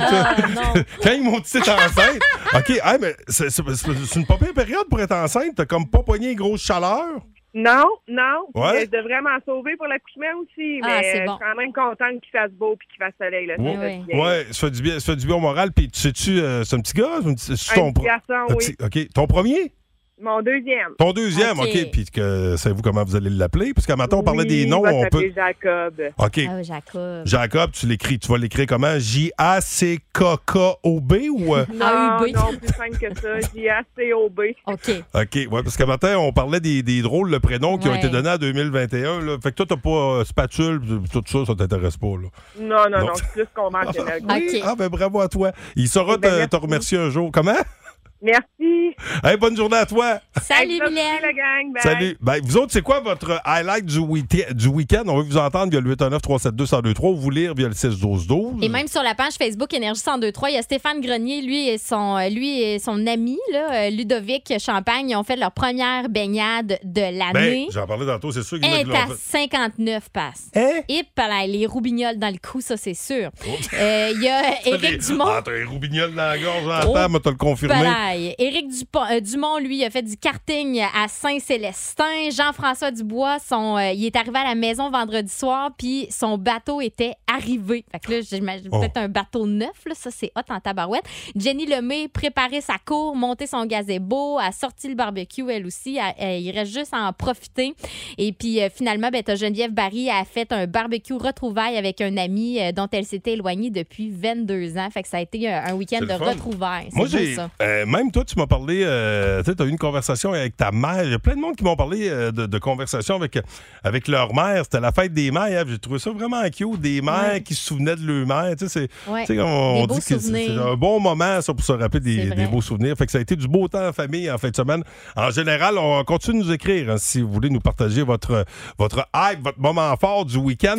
Speaker 7: Ah, non.
Speaker 3: Quand ils m'ont dit t'es enceinte, OK, hey, mais c'est c'est- c'est- c'est une pas pire période pour être enceinte. T'as comme pas pogné une grosse chaleur.
Speaker 11: Non, non. Puis,
Speaker 3: Ouais.
Speaker 11: euh, Je devrais m'en sauver pour l'accouchement aussi.
Speaker 7: Ah,
Speaker 11: mais
Speaker 7: c'est
Speaker 11: euh,
Speaker 7: bon.
Speaker 11: je suis quand même contente qu'il fasse beau puis qu'il fasse soleil. Là,
Speaker 3: Ouais.
Speaker 11: Ça fait du bien.
Speaker 3: Ouais, ça fait du bien, ça fait du bien au moral. Puis, tu sais-tu, euh, c'est un petit gars? c'est un petit- c'est
Speaker 11: Un
Speaker 3: ton pro-
Speaker 11: petit garçon,
Speaker 3: un
Speaker 11: oui.
Speaker 3: petit- OK. Ton premier?
Speaker 11: Mon deuxième.
Speaker 3: Ton deuxième, OK.
Speaker 7: OK.
Speaker 3: Puis, que, savez-vous comment vous allez l'appeler? Parce qu'à matin, on parlait des noms.
Speaker 11: Il va
Speaker 3: On peut...
Speaker 11: s'appeler Jacob.
Speaker 3: OK.
Speaker 7: Ah, Jacob.
Speaker 3: Jacob, tu l'écris. Tu vas l'écrire comment? J-A-C-K-K-O-B ou. euh,
Speaker 7: Ah,
Speaker 11: non,
Speaker 7: UB.
Speaker 11: non, plus simple que ça. J'ai assez B.
Speaker 7: OK.
Speaker 3: OK. Ouais, parce qu'à matin, on parlait des, des drôles, le prénom qui ont
Speaker 7: Ouais.
Speaker 3: été donnés en 2021. là. Fait que toi, t'as pas euh, spatule, pis tout ça, ça t'intéresse pas, là.
Speaker 11: Non, non,
Speaker 3: Non.
Speaker 11: non, c'est plus conventionnel.
Speaker 7: Ah,
Speaker 3: Oui,
Speaker 7: OK.
Speaker 3: Ah, ben bravo à toi. Il saura
Speaker 11: Eh ben,
Speaker 3: te,
Speaker 11: merci.
Speaker 3: te remercier un jour. Comment?
Speaker 11: Merci.
Speaker 3: Hey, bonne journée à toi.
Speaker 7: Salut,
Speaker 11: Merci,
Speaker 7: Mylène.
Speaker 11: la gang. Bye.
Speaker 3: Salut. Ben, vous autres, c'est quoi votre highlight du, week- du week-end? On veut vous entendre via le 819-372-1023 ou vous lire via le 612-12.
Speaker 7: Et même sur la page Facebook Énergie 1023, il y a Stéphane Grenier, lui et son, euh, lui et son ami, là, euh, Ludovic Champagne, ils ont fait leur première baignade de
Speaker 3: Ben,
Speaker 7: l'année.
Speaker 3: j'en parlais tantôt, c'est sûr qu'il y en a
Speaker 7: Elle
Speaker 3: qui
Speaker 7: est à
Speaker 3: l'ont fait.
Speaker 7: 59 passes.
Speaker 3: Hein? Oh.
Speaker 7: Et là, les roubignoles dans le cou, ça, c'est sûr. Euh, Il y a Éric Dumont.
Speaker 3: Ah, t'as un roubignol dans la gorge,
Speaker 7: Oh,
Speaker 3: j'entends, mais t'as le confirmé.
Speaker 7: Pareil. Éric Dupont- euh, Dumont, lui, a fait du karting à Saint-Célestin. Jean-François Dubois, son, euh, il est arrivé à la maison vendredi soir, puis son bateau était arrivé. Fait que là, j'imagine
Speaker 3: Oh.
Speaker 7: peut-être un bateau neuf, là, ça c'est hot en tabarouette. Jenny Lemay préparé sa cour, monté son gazebo, a sorti le barbecue elle aussi. Elle- elle- il reste juste à en profiter. Et puis euh, finalement, ben, t'as Geneviève Barry a fait un barbecue retrouvaille avec un ami euh, dont elle s'était éloignée depuis 22 ans. Fait que ça a été euh, un week-end
Speaker 3: C'est
Speaker 7: de
Speaker 3: le fun.
Speaker 7: retrouvailles.
Speaker 3: Moi,
Speaker 7: C'est beau,
Speaker 3: j'ai.
Speaker 7: ça.
Speaker 3: euh, même toi, tu m'as parlé. euh, tu sais, tu as eu une conversation avec ta mère. Il y a plein de monde qui m'ont parlé euh, de, de conversations avec, avec leur mère. C'était la fête des mères. J'ai trouvé ça vraiment cute. Des mères qui se souvenaient de leur mère. Tu sais, c'est-
Speaker 7: Ouais.
Speaker 3: tu sais, on, on
Speaker 7: Des
Speaker 3: dit
Speaker 7: beaux
Speaker 3: que c'est- c'est
Speaker 7: souvenirs.
Speaker 3: un bon moment, ça, pour se rappeler
Speaker 7: C'est
Speaker 3: des,
Speaker 7: vrai.
Speaker 3: des beaux souvenirs. Fait que ça a été du beau temps en famille en fin de semaine. En général, on continue de nous écrire hein, si vous voulez nous partager votre, votre hype, votre moment fort du week-end.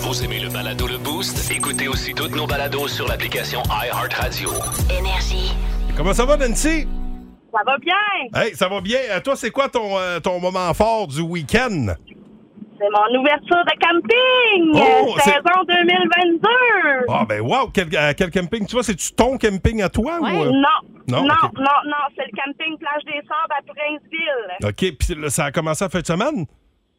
Speaker 2: Vous aimez le balado Le Boost? Écoutez aussi toutes nos balados sur l'application iHeartRadio.
Speaker 9: Énergie.
Speaker 3: Comment ça va, Nancy?
Speaker 11: Ça va bien?
Speaker 3: Hey, ça va bien. Euh, toi, c'est quoi ton, euh, ton moment fort du week-end?
Speaker 12: C'est mon ouverture de camping!
Speaker 3: Oh,
Speaker 12: euh,
Speaker 3: c'est-
Speaker 12: saison 2022!
Speaker 3: Ah, ben, wow! Quel, à quel camping? Tu vois, c'est-tu ton camping à toi? ou, euh?
Speaker 12: Non, non,
Speaker 3: Non?
Speaker 12: non,
Speaker 3: OK.
Speaker 12: non, c'est le camping Plage des Sables à Princeville.
Speaker 3: OK, puis là, ça a commencé à fin de semaine?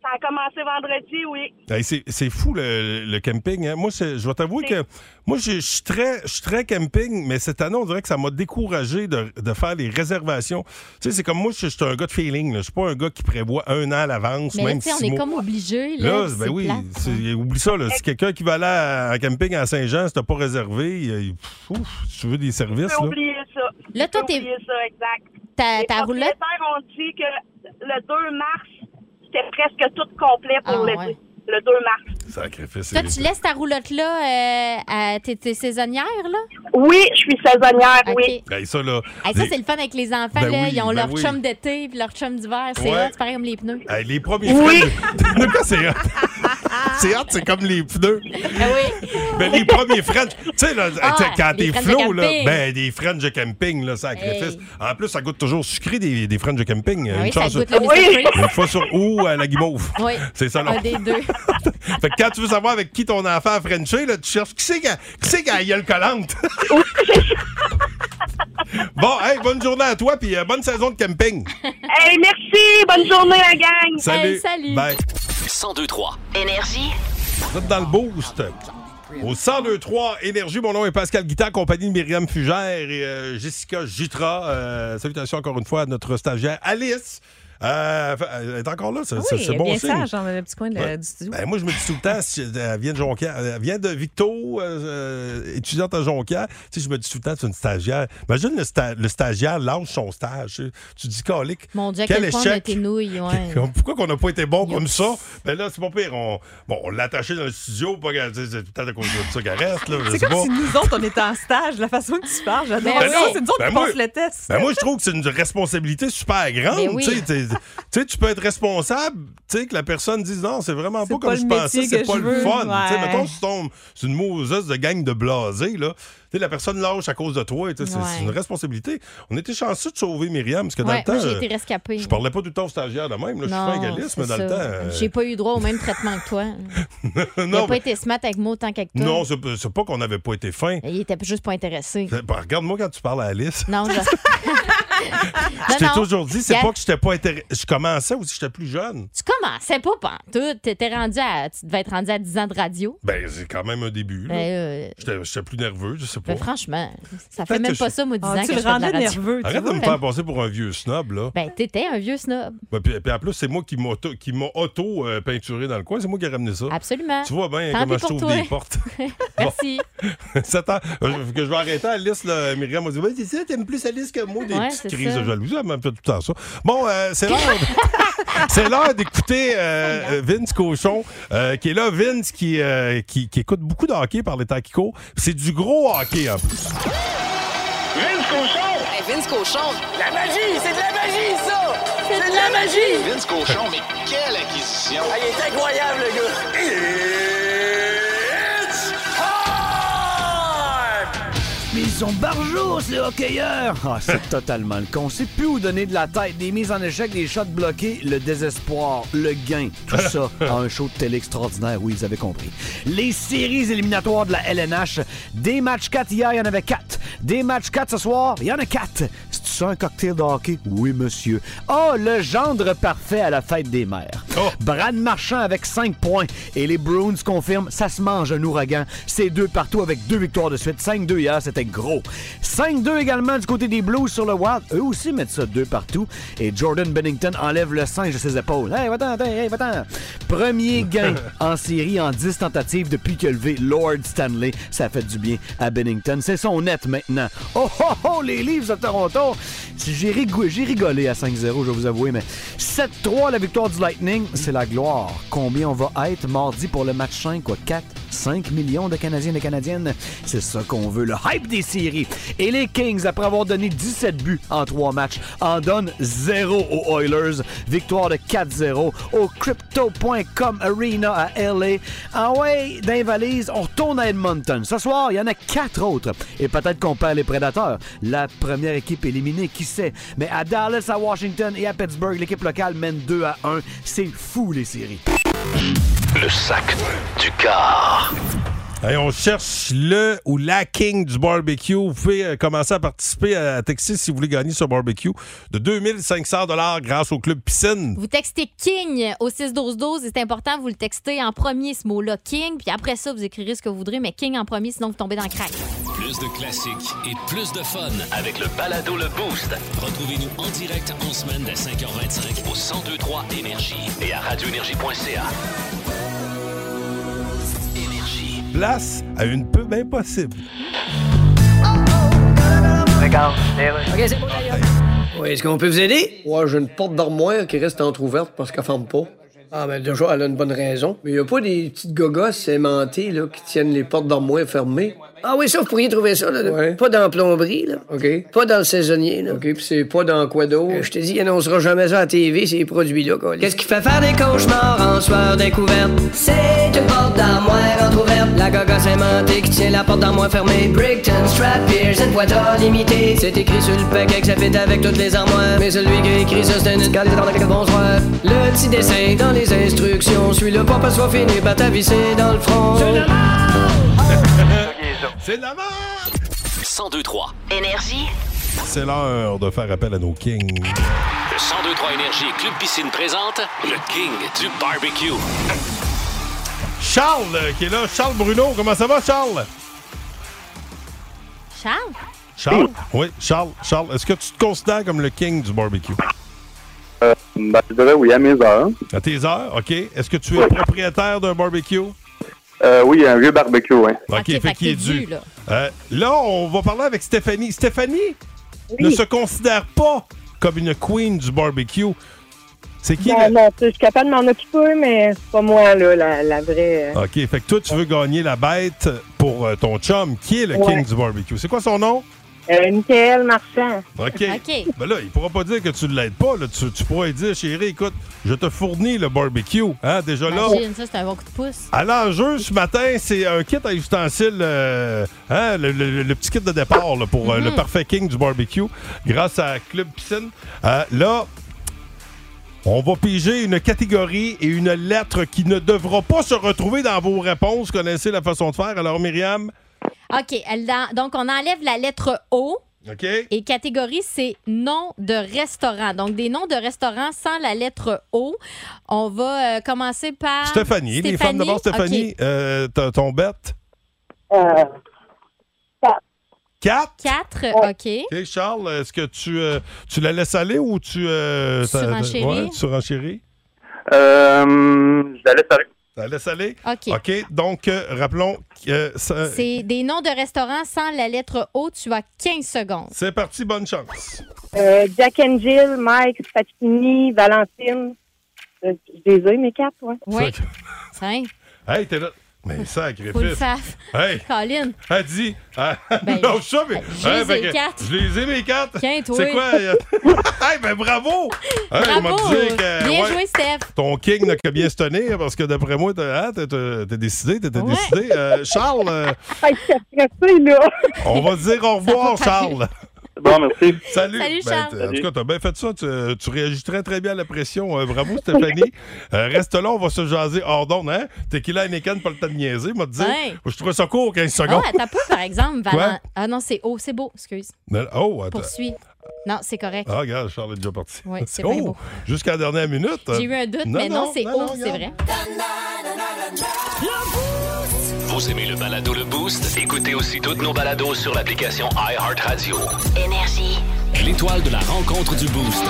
Speaker 12: Ça a commencé vendredi, oui.
Speaker 3: Hey, c'est c'est fou le, le camping. hein. Moi, c'est- je vais t'avouer que moi, je je suis très, je suis très camping, mais cette année, on dirait que ça m'a découragé de, de faire les réservations. Tu sais, c'est comme moi, je je suis un gars de feeling. là. Je suis pas un gars qui prévoit un an à l'avance,
Speaker 7: Mais là,
Speaker 3: même
Speaker 7: tu sais, on
Speaker 3: six
Speaker 7: est
Speaker 3: mois.
Speaker 7: comme obligé. Là,
Speaker 3: Là,
Speaker 7: c'est
Speaker 3: ben oui,
Speaker 7: plate. hein.
Speaker 3: c'est- oublie ça. Là. Si quelqu'un qui va aller à- en camping à Saint-Jean, si t'as pas réservé, il- ouf, tu veux des services.
Speaker 12: J'ai
Speaker 3: Là.
Speaker 12: oublié ça.
Speaker 7: Là, toi,
Speaker 12: J'ai oublié ça, exact.
Speaker 7: Ta,
Speaker 12: ta roulette? ont dit que le 2 mars, c'était presque tout complet pour
Speaker 7: Ah,
Speaker 12: l'été.
Speaker 7: ouais.
Speaker 12: Le 2 mars.
Speaker 3: Sacrifice.
Speaker 7: Toi, tu laisses ta roulotte-là, euh, à- t'es t'es saisonnière, là?
Speaker 12: Oui, je suis saisonnière, oui.
Speaker 3: Hey, Ben, ça, là,
Speaker 7: Hey, ça,
Speaker 3: les-
Speaker 7: c'est le fun avec les enfants.
Speaker 3: Ben
Speaker 7: là.
Speaker 3: oui,
Speaker 7: Ils ont
Speaker 3: ben
Speaker 7: leur
Speaker 3: oui.
Speaker 7: chum d'été et leur chum d'hiver. C'est
Speaker 3: Ouais. Ah,
Speaker 7: hot, c'est pareil comme les pneus.
Speaker 3: Hey, les premiers
Speaker 7: Oui.
Speaker 3: French. De quoi c'est hot? c'est hot, c'est comme les pneus.
Speaker 7: Ah oui.
Speaker 3: Ben, les premiers French. Tu sais, là,
Speaker 7: Ah,
Speaker 3: tu sais, quand
Speaker 7: les
Speaker 3: t'es
Speaker 7: French de
Speaker 3: flot, là,
Speaker 7: camping.
Speaker 3: ben, des French de camping, là, sacrifice.
Speaker 7: Hey.
Speaker 3: En plus, ça goûte toujours sucré, des, des French de camping.
Speaker 7: Ah oui, ça
Speaker 3: chance-
Speaker 7: goûte le Mr. Freeze.
Speaker 3: Une fois sur ou à la guimauve.
Speaker 7: Oui.
Speaker 3: C'est ça, là.
Speaker 7: Un des deux.
Speaker 3: Fait que quand tu veux savoir avec qui ton enfant a frenché, là, tu cherches qui c'est qui a, qui c'est qui a la gueule collante. bon, hey, bonne journée à toi, puis euh, bonne saison de camping.
Speaker 12: Hey, merci! Bonne journée, la gang!
Speaker 3: Salut. Bye.
Speaker 2: 1023.
Speaker 9: Énergie.
Speaker 3: Vous êtes dans le boost. Au 1023 Énergie, mon nom est Pascal Guittard, compagnie de Myriam Fugère et euh, Jessica Gitra. Euh, salutations encore une fois à notre stagiaire Alice. Euh, elle est encore là, c'est c'est- c'est bon
Speaker 4: bien
Speaker 3: signe.
Speaker 4: sage dans le petit coin de la-
Speaker 3: Ouais.
Speaker 4: du studio.
Speaker 3: Ben, moi, je me dis tout le temps, si, elle vient de Jonquière, elle vient de Victo, euh, euh, étudiante à Jonquière. Tu sais, je me dis tout le temps, c'est une stagiaire. Imagine le, sta- le stagiaire lâche son stage. Tu- Tu dis, calique,
Speaker 7: Mon Dieu, à
Speaker 3: quel
Speaker 7: quel point on a
Speaker 3: échec.
Speaker 7: tes nouilles, ouais.
Speaker 3: Comme- Pourquoi qu'on n'a pas été bon comme ça? Ben là, c'est pas pire. On, bon, on l'a attaché dans le studio. Pas, que- c'est c'est peut-être à cause de ça qu'elle reste. Là, je
Speaker 4: C'est
Speaker 3: sais
Speaker 4: comme
Speaker 3: pas.
Speaker 4: si nous autres, on était en stage, la façon que tu parles. J'adore
Speaker 3: Ben
Speaker 4: ça.
Speaker 3: non.
Speaker 4: C'est nous autres
Speaker 3: Ben
Speaker 4: qui
Speaker 3: moi-
Speaker 4: passent le test.
Speaker 3: Ben moi, je trouve que c'est une responsabilité super grande.
Speaker 4: Ben oui.
Speaker 3: Tu sais, t'es- tu sais, tu peux être responsable, tu sais, que la personne dise non, c'est vraiment
Speaker 4: pas
Speaker 3: pas comme
Speaker 4: le
Speaker 3: je pensais,
Speaker 4: métier
Speaker 3: c'est
Speaker 4: que
Speaker 3: pas
Speaker 4: je
Speaker 3: le
Speaker 4: veux.
Speaker 3: fun. Tu sais,
Speaker 4: Ouais.
Speaker 3: mettons, si tu tombes sur une mouseuse de gang de blasés, là, tu sais, la personne lâche à cause de toi. tu sais, C'est
Speaker 7: Ouais.
Speaker 3: c'est une responsabilité. On était chanceux de sauver Myriam, parce que dans
Speaker 7: Ouais,
Speaker 3: le temps.
Speaker 7: moi, j'ai
Speaker 3: euh,
Speaker 7: été rescapée.
Speaker 3: je parlais pas tout le temps aux stagiaires de même. Là, je suis
Speaker 7: Non,
Speaker 3: pas égaliste, mais
Speaker 7: c'est
Speaker 3: dans le
Speaker 7: ça. J'ai
Speaker 3: temps.
Speaker 7: pas eu droit au même traitement que toi.
Speaker 3: euh,
Speaker 7: Il n'a
Speaker 3: non,
Speaker 7: pas été smart avec moi autant qu'avec toi.
Speaker 3: non c'est pas- c'est pas qu'on n'avait pas été fin.
Speaker 7: Il était juste pas intéressé.
Speaker 3: Ben, Regarde-moi quand tu parles à
Speaker 7: Eh.
Speaker 3: Alice.
Speaker 7: Non, je...
Speaker 3: Je t'ai
Speaker 7: Non, non.
Speaker 3: toujours dit, c'est
Speaker 7: Gab-
Speaker 3: pas que j'étais pas intéressé. Je commençais aussi, j'étais plus jeune.
Speaker 7: Tu commençais pas pantoute. T'étais rendu à... Tu devais être rendu à 10 ans de radio.
Speaker 3: Ben, c'est quand même un début. là.
Speaker 7: Ben, euh,
Speaker 3: J'étais j'étais plus nerveux, je sais pas.
Speaker 7: ben, franchement, ça
Speaker 3: Peut-être
Speaker 7: fait même
Speaker 3: que
Speaker 7: pas
Speaker 3: je-
Speaker 7: ça, moi, 10
Speaker 4: Ah,
Speaker 7: ans
Speaker 4: tu le
Speaker 7: que je fais de la
Speaker 4: rendais
Speaker 7: radio.
Speaker 4: nerveux, tu
Speaker 3: Arrête de me faire passer pour un vieux snob, là.
Speaker 7: Ben, t'étais un vieux snob.
Speaker 3: Ouais, puis, puis en plus, c'est moi qui m'a auto- qui m'a auto-peinturé dans le coin. C'est moi qui ai ramené ça.
Speaker 7: Absolument.
Speaker 3: Tu vois bien
Speaker 7: Tant
Speaker 3: comment
Speaker 7: pis
Speaker 3: je
Speaker 7: pour
Speaker 3: trouve
Speaker 7: toi.
Speaker 3: des portes.
Speaker 7: Merci.
Speaker 3: Ça tend- euh, que je vais arrêter Alice, là, Myriam m'a dit Ouais, c'est ça, t'aimes plus Alice que moi, des
Speaker 7: Ouais,
Speaker 3: petites
Speaker 7: c'est
Speaker 3: crises
Speaker 7: ça.
Speaker 3: de jalousie. Elle m'a fait tout le temps ça. Bon, euh, c'est l'heure. C'est l'heure d'écouter euh, Vince Cochon, euh, qui est là. Vince qui, euh, qui, qui écoute beaucoup de hockey par les temps qui courent. C'est du gros hockey hein. en plus.
Speaker 13: Vince Cochon! Vince Cochon! La magie! C'est de la magie, ça! C'est de la magie! Vince Cochon, mais quelle acquisition! Ah, il est incroyable, le gars! It's
Speaker 14: Mais ils sont barjots, ces hockeyeurs! Ah, c'est totalement le con. C'est plus où donner de la tête. Des mises en échec, des shots bloqués, le désespoir, le gain. Tout ça à un show de télé extraordinaire. Oui, ils avaient compris. Les séries éliminatoires de la LNH. Des matchs 4 hier, il y en avait 4. Des matchs 4 ce soir, il y en a 4. C'est ça un cocktail de hockey? Oui, monsieur. Ah, le gendre parfait à la fête des mères.
Speaker 15: Oh.
Speaker 14: Brad Marchand avec 5 points. Et les Bruins confirment, ça se mange un ouragan. C'est deux partout avec deux victoires de suite. 5-2 hier, c'était gros. 5-2 également du côté des Blues sur le Wild. Eux aussi mettent ça deux partout. Et Jordan Bennington enlève le singe de ses épaules. Hey, va-t'en, hey, hey, va-t'en. Premier gain en série en 10 tentatives depuis qu'il a levé Lord Stanley. Ça fait du bien à Bennington. C'est son net maintenant. Oh, oh, oh, les Leafs de Toronto. J'ai rigolé, j'ai rigolé à 5-0, je vais vous avouer, mais 7-3, la victoire du Lightning, c'est la gloire. Combien on va être mardi pour le match 5, quoi? 4, 5 millions de Canadiens et de Canadiennes. C'est ça qu'on veut, le hype des séries. Et les Kings, après avoir donné 17 buts en 3 matchs, en donnent 0 aux Oilers. Victoire de 4-0 au Crypto.com Arena à Ah LA. En way d'un valise, on retourne à Edmonton. Ce soir, il y en a 4 autres. Et peut-être qu'on perd les Prédateurs. La première équipe éliminée, qui sait. Mais à Dallas, à Washington et à Pittsburgh, l'équipe locale mène 2 à 1. C'est fou, les séries.
Speaker 2: Le sac du car.
Speaker 3: Hey, on cherche le ou la king du barbecue. Vous pouvez euh, commencer à participer à Texas si vous voulez gagner ce barbecue de 2500 grâce au Club Piscine.
Speaker 7: Vous textez King au 6-12-12. C'est important, vous le textez en premier, ce mot-là, King. Puis après ça, vous écrirez ce que vous voudrez, mais King en premier, sinon vous tombez dans le crack.
Speaker 1: Plus de classiques et plus de fun avec le balado Le Boost. Retrouvez-nous en direct en semaine dès 5h25 au 1023 Énergie et à radioénergie.ca.
Speaker 3: Place à une pub impossible.
Speaker 5: OK, c'est bon, d'ailleurs. Oui, est-ce qu'on peut vous aider? Ouais, j'ai une porte d'armoire qui reste entr'ouverte parce qu'elle ferme pas. Ah, ben déjà, elle a une bonne raison. Mais il n'y a pas des petites gogosses aimantées là, qui tiennent les portes d'armoire fermées? Ah oui, ça, vous pourriez trouver ça. Là, Pas dans la plomberie, là. OK. Pas dans le saisonnier, là. OK, puis c'est pas dans quoi d'autre? je te dis, il annoncera jamais ça à la TV, ces produits-là. Qu'est-ce qui fait faire des cauchemars en soir découverte? C'est une porte d'armoire entrouverte. La gogosse aimantée qui tient la porte d'armoire fermée. Brickton, strap, Piers and Water limité. C'est écrit sur le paquet que ça fait avec toutes les armoires. Mais celui qui a écrit ça, c'est un escalier dans lequel bonsoir. Le petit dessin dans les instructions. Suis le pas parce qu'on finit par t'avisser dans le front.
Speaker 11: Euh,
Speaker 3: C'est de la merde!
Speaker 1: 1023.
Speaker 9: Énergie.
Speaker 3: C'est l'heure de faire appel à nos kings.
Speaker 1: Le 1023 Énergie et Club Piscine présente le king du barbecue.
Speaker 3: Charles euh, qui est là. Charles Bruno, comment ça va, Charles?
Speaker 7: Charles?
Speaker 3: Charles? Oui, Charles. Charles, est-ce que tu te considères comme le king du barbecue?
Speaker 16: Euh, ben, je dirais oui, à mes heures.
Speaker 3: À tes heures, OK. Est-ce que tu es propriétaire d'un barbecue?
Speaker 16: Euh, oui, un vieux barbecue, oui.
Speaker 3: OK, fait qu'il est dû.
Speaker 7: là.
Speaker 3: Euh, là, on va parler avec Stéphanie. Stéphanie ne se considère pas comme une queen du barbecue. C'est qui?
Speaker 11: Non, non, tu sais, je suis capable de m'en occuper, mais c'est pas moi, là, la, la vraie.
Speaker 3: la- OK, fait que toi, tu veux gagner la bête pour euh, ton chum, qui est le
Speaker 11: Ouais.
Speaker 3: king du barbecue. C'est quoi son nom?
Speaker 11: Euh, Michael Marchand.
Speaker 3: OK. Ben là, il pourra pas dire que tu ne l'aides pas. là. Tu, tu pourras lui dire, chérie, écoute, je te fournis le barbecue. Hein, déjà là.
Speaker 7: Imagine, ça, c'est un bon coup de pouce.
Speaker 3: À l'enjeu ce matin, c'est un kit à ustensiles, euh, hein, le, le- le petit kit de départ là, pour euh, le parfait king du barbecue, grâce à Club Piscine. Euh, là, on va piger une catégorie et une lettre qui ne devra pas se retrouver dans vos réponses. Connaissez la façon de faire. Alors, Myriam,
Speaker 7: OK, elle- dans- donc on enlève la lettre O.
Speaker 3: OK.
Speaker 7: Et catégorie, c'est nom de restaurant. Donc, des noms de restaurants sans la lettre O. On va euh, commencer par.
Speaker 3: Stéphanie, les femmes d'abord, Stéphanie,
Speaker 7: OK.
Speaker 3: euh, t'as ton bête. Quatre.
Speaker 7: Quatre, OK.
Speaker 3: OK, Charles, est-ce que tu, euh, tu la laisses aller ou tu... Euh, t'as-
Speaker 7: Surenchéris.
Speaker 3: Ouais, tu surenchéris?
Speaker 16: Euh, je la laisse aller.
Speaker 3: Tu la laisses aller?
Speaker 7: OK.
Speaker 3: donc, euh, rappelons que... euh, ça-
Speaker 7: C'est des noms de restaurants sans la lettre O. Tu as 15 secondes.
Speaker 3: C'est parti, bonne chance.
Speaker 11: Euh, Jack and Jill, Mike, Fatini, Valentine. Euh, Je les ai, mes quatre, ouais.
Speaker 7: Oui. Cinq.
Speaker 3: Hey, t'es là. Mais
Speaker 7: Hein? Faut le
Speaker 3: sacrifice.
Speaker 7: faire.
Speaker 3: Hey,
Speaker 7: Colin.
Speaker 3: elle dit... Ah,
Speaker 7: Ben,
Speaker 3: non, ça, mais...
Speaker 7: je les ai,
Speaker 3: fait que
Speaker 7: quatre.
Speaker 3: Je les ai, mes quatre.
Speaker 7: Tiens, toi.
Speaker 3: C'est quoi? euh, hey, ben bravo! Hey, on m'a
Speaker 7: Bravo.
Speaker 3: dit que,
Speaker 7: Bien
Speaker 3: ouais,
Speaker 7: joué, Steph.
Speaker 3: Ton king n'a que bien se tenir parce que d'après moi, t'es hein, t'es- t'es- t'es décidé, t'étais décidé. Euh, Charles, euh,
Speaker 11: Hey, je suis stressée, là.
Speaker 3: on va se dire au revoir, Charles.
Speaker 16: Bon, merci.
Speaker 3: Salut.
Speaker 11: Salut,
Speaker 3: Ben,
Speaker 11: Charles.
Speaker 3: t- en tout cas, t'as bien fait ça. Tu, tu réagis très, très bien à la pression. Euh, bravo, Stéphanie. Euh, reste là, on va se jaser hors d'onde. Hein? Tequila et Necan, pas le temps de niaiser. Moi, te dire,
Speaker 7: Ouais.
Speaker 3: je trouvais ça court, 15
Speaker 7: Ah,
Speaker 3: secondes.
Speaker 7: t'as peu, par exemple, Valent...
Speaker 3: Quoi?
Speaker 7: Ah non, c'est O. C'est beau, excuse.
Speaker 3: Mais- Oh, attends.
Speaker 7: Poursuis. Non, c'est correct.
Speaker 3: Ah, regarde, Charles est déjà parti. Oh,
Speaker 7: Ouais, c'est bien beau.
Speaker 3: Jusqu'à la dernière minute.
Speaker 7: J'ai eu un doute, mais non, c'est O, c'est vrai.
Speaker 2: Vous aimez le balado Le Boost? Écoutez aussi toutes nos balados sur l'application iHeartRadio.
Speaker 9: Énergie.
Speaker 1: L'étoile de la rencontre du Boost.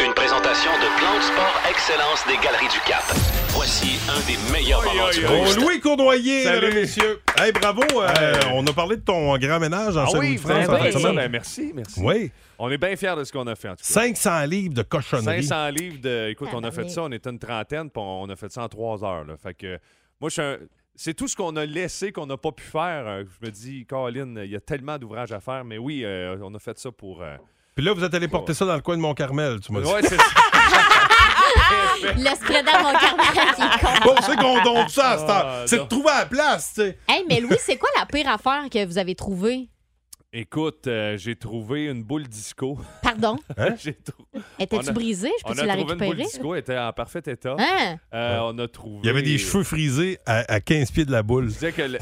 Speaker 2: Une présentation de Plan de Sport Excellence des Galeries du Cap. Voici un des meilleurs moments du
Speaker 3: Oh,
Speaker 2: Boost.
Speaker 3: Louis Cournoyer,
Speaker 15: Salut.
Speaker 3: mesdames et messieurs. Hey, bravo. euh, On a parlé de ton grand ménage en
Speaker 15: Ah
Speaker 3: saint
Speaker 15: oui,
Speaker 3: de France
Speaker 15: vraiment,
Speaker 3: en fin de
Speaker 15: ça,
Speaker 3: semaine.
Speaker 15: ben, merci, merci.
Speaker 3: Oui.
Speaker 15: On est bien fiers de ce qu'on a fait, en tout cas.
Speaker 3: 500 livres de cochonnerie.
Speaker 15: 500 livres de. Écoute,
Speaker 7: Ah,
Speaker 15: on a fait
Speaker 3: Tabarnak.
Speaker 15: ça, on était une trentaine, puis on on a fait ça en trois heures. là. Fait que, moi, je suis un- C'est tout ce qu'on a laissé, qu'on n'a pas pu faire. Euh, Je me dis, Caroline, il y a tellement d'ouvrages à faire, mais oui, euh, on a fait ça pour. euh,
Speaker 3: Puis là, vous êtes allé porter ça dans le coin de Mont-Carmel, tu m'as dit.
Speaker 15: Ouais, c'est ça.
Speaker 7: L'esprit dans mon carnet qui est con.
Speaker 3: Bon, c'est qu'on donne ça
Speaker 15: Ah,
Speaker 3: à cette heure. C'est de trouver la place, tu sais.
Speaker 7: Hey, mais Louis, c'est quoi la pire affaire que vous avez trouvée?
Speaker 15: Écoute, euh, j'ai trouvé une boule disco.
Speaker 7: Pardon?
Speaker 3: Hein?
Speaker 15: J'ai trou-
Speaker 7: Étais-tu
Speaker 15: On a-
Speaker 7: brisée? Je
Speaker 15: on
Speaker 7: peux-tu
Speaker 15: a
Speaker 7: la
Speaker 15: trouvé Une boule
Speaker 7: récupérer?
Speaker 15: disco elle était en parfait état.
Speaker 7: Hein?
Speaker 15: Euh, On a trouvé.
Speaker 3: Il y avait des cheveux frisés à, à 15 pieds de la boule.
Speaker 15: Je disais que le...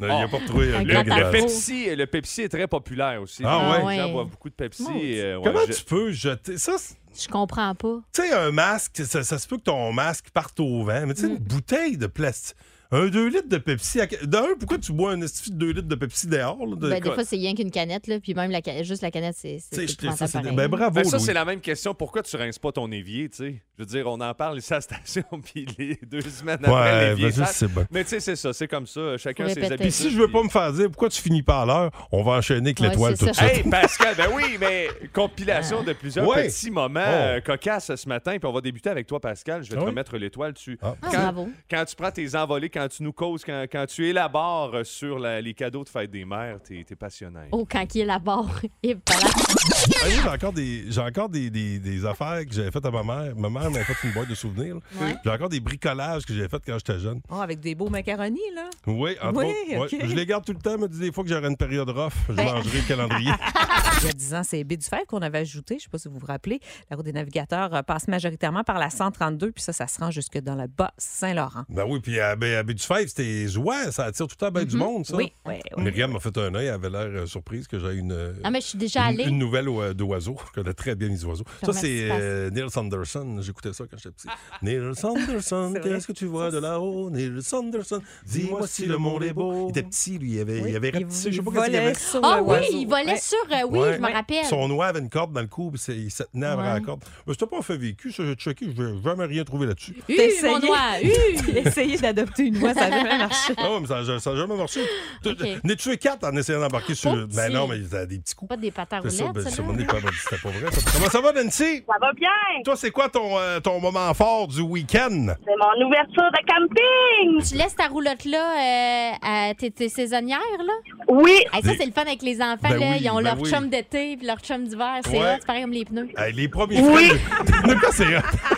Speaker 3: Il
Speaker 15: Ah.
Speaker 3: n'y a pas retrouvé euh,
Speaker 15: le,
Speaker 3: un
Speaker 15: le
Speaker 3: gars qui l'a-
Speaker 15: Pepsi, le Pepsi est très populaire aussi.
Speaker 3: Ah
Speaker 15: Les
Speaker 3: ouais?
Speaker 15: gens
Speaker 3: Ouais.
Speaker 15: boivent beaucoup de Pepsi.
Speaker 7: Maudit.
Speaker 15: euh, ouais,
Speaker 3: Comment
Speaker 15: je-
Speaker 3: tu peux jeter ça? c'est-
Speaker 7: Je comprends pas.
Speaker 3: Tu sais, un masque, ça, ça se peut que ton masque parte au vent, mais tu sais, une bouteille de plastique. Un 2 litres de Pepsi. à- D'un, pourquoi tu bois un esti de 2 litres de Pepsi dehors? là, de-
Speaker 7: Ben, des fois, c'est rien qu'une canette, là, puis même la ca- juste la canette, c'est.
Speaker 3: Tu sais,
Speaker 7: c'est
Speaker 3: je-
Speaker 7: épouvantable
Speaker 3: ça, c'est des-
Speaker 7: pareil.
Speaker 3: ben, bravo,
Speaker 15: Mais ça,
Speaker 3: Louis.
Speaker 15: c'est la même question. Pourquoi tu rinces pas ton évier, tu sais? Je veux dire, on en parle ici à la station, puis les deux semaines
Speaker 3: Ouais,
Speaker 15: après, l'évier
Speaker 3: ben, je
Speaker 15: sale.
Speaker 3: sais bien.
Speaker 15: Mais tu sais, c'est ça, c'est comme ça. Chacun
Speaker 7: Faut
Speaker 15: ses
Speaker 7: répéter.
Speaker 15: habitudes.
Speaker 3: Puis si je veux pas me faire dire pourquoi tu finis pas à l'heure, on va enchaîner avec
Speaker 15: Ouais,
Speaker 3: l'étoile
Speaker 15: c'est
Speaker 3: tout de
Speaker 15: ça.
Speaker 3: suite.
Speaker 15: Hey, Pascal, ben oui, mais compilation de plusieurs
Speaker 3: Ouais.
Speaker 15: petits moments
Speaker 3: Oh.
Speaker 15: euh, cocasses ce matin. Puis on va débuter avec toi, Pascal. Je vais te remettre l'étoile. Tu...
Speaker 3: Ah.
Speaker 15: Quand,
Speaker 7: Ah, bravo.
Speaker 15: quand tu prends tes envolées, quand tu nous causes, quand, quand tu élabores euh, sur la- les cadeaux de fête des mères, t'es es passionnant.
Speaker 7: Oh, quand il est là-bas. Et voilà.
Speaker 3: Ah oui, j'ai encore des, j'ai encore des, des- des affaires que j'avais faites à ma mère. Ma mère m'a fait une boîte de souvenirs. là.
Speaker 4: Ouais.
Speaker 3: J'ai encore des bricolages que j'avais fait quand j'étais jeune.
Speaker 4: Oh, avec des beaux macaronis, là.
Speaker 3: Oui, entre
Speaker 4: Oui,
Speaker 3: autres. ouais.
Speaker 4: ok.
Speaker 3: Je les garde tout le temps. Elle me dit des fois que j'aurai une période rough, je mangerai le calendrier.
Speaker 4: Il y a 10 ans, c'est B du Fer qu'on avait ajouté. Je ne sais pas si vous vous rappelez. La route des navigateurs euh, passe majoritairement par la 132, puis ça, ça se rend jusque dans le Bas-Saint-Laurent.
Speaker 3: Ben oui, puis à, Baie- à Baie du Five, c'était jouet, ça attire tout le temps bien du
Speaker 7: Mhm.
Speaker 3: monde, ça.
Speaker 4: Oui, oui, oui.
Speaker 3: Myriam m'a fait un œil, elle avait l'air euh, surprise que j'ai une, euh,
Speaker 7: Ah, mais je suis déjà
Speaker 3: une,
Speaker 7: allée.
Speaker 3: une nouvelle au- d'oiseau. Je connais très bien les oiseaux.
Speaker 7: Je te
Speaker 3: Ça, c'est
Speaker 7: remercie,
Speaker 3: euh, Neil Sanderson. J'écoutais ça quand j'étais petit. Neil Sanderson,
Speaker 4: C'est vrai.
Speaker 3: qu'est-ce que tu vois de là-haut? Neil Sanderson, dis-moi si le monde est beau. Il était petit, lui. Il avait, il avait rapetissé, Je sais pas qu'est-ce qu'il
Speaker 4: volait
Speaker 3: avait.
Speaker 4: sur
Speaker 7: Ah
Speaker 4: le
Speaker 7: oui,
Speaker 4: oiseau.
Speaker 7: il volait
Speaker 4: Ouais.
Speaker 7: sur. euh, oui,
Speaker 3: Ouais.
Speaker 7: je me rappelle.
Speaker 3: Son oie avait une corde dans le cou, puis c'est- il se tenait après
Speaker 7: Ouais.
Speaker 3: la corde. Mais c'était pas un fait vécu, ça, j'ai checké, je n'ai jamais rien trouvé là-dessus.
Speaker 7: Hu,
Speaker 4: T'as
Speaker 7: mon oie, hu!
Speaker 4: T'as essayé d'adopter une oie, ça n'a jamais marché.
Speaker 3: Ah ouais, mais ça n'a jamais marché. Tu-
Speaker 7: Ok.
Speaker 3: N'es tué quatre en essayant d'embarquer sur
Speaker 7: Pas
Speaker 3: le. Ben
Speaker 7: petit.
Speaker 3: non, mais t'as des petits coups.
Speaker 7: Pas des pâtes à
Speaker 3: C'est ça, ben,
Speaker 7: roulettes,
Speaker 3: ça
Speaker 7: ça, là.
Speaker 3: m'en est pas- c'était pas vrai. ça. Comment ça va, Nancy?
Speaker 12: Ça va bien!
Speaker 3: Toi, c'est quoi ton, euh, ton moment fort du week-end?
Speaker 12: C'est mon ouverture de camping!
Speaker 7: Tu laisses ta roulotte-là euh, à tes, tes saisonnières, là?
Speaker 12: Oui!
Speaker 7: Hey, ça,
Speaker 3: Des-
Speaker 7: c'est le fun avec les enfants,
Speaker 3: Ben
Speaker 7: là.
Speaker 3: oui,
Speaker 7: Ils ont
Speaker 3: ben
Speaker 7: leur
Speaker 3: oui.
Speaker 7: chum d'été puis leur chum d'hiver. C'est
Speaker 3: Ouais.
Speaker 7: hot, c'est pareil comme les pneus.
Speaker 3: Hey, les premiers
Speaker 12: Oui.
Speaker 3: freins. De quoi c'est hot?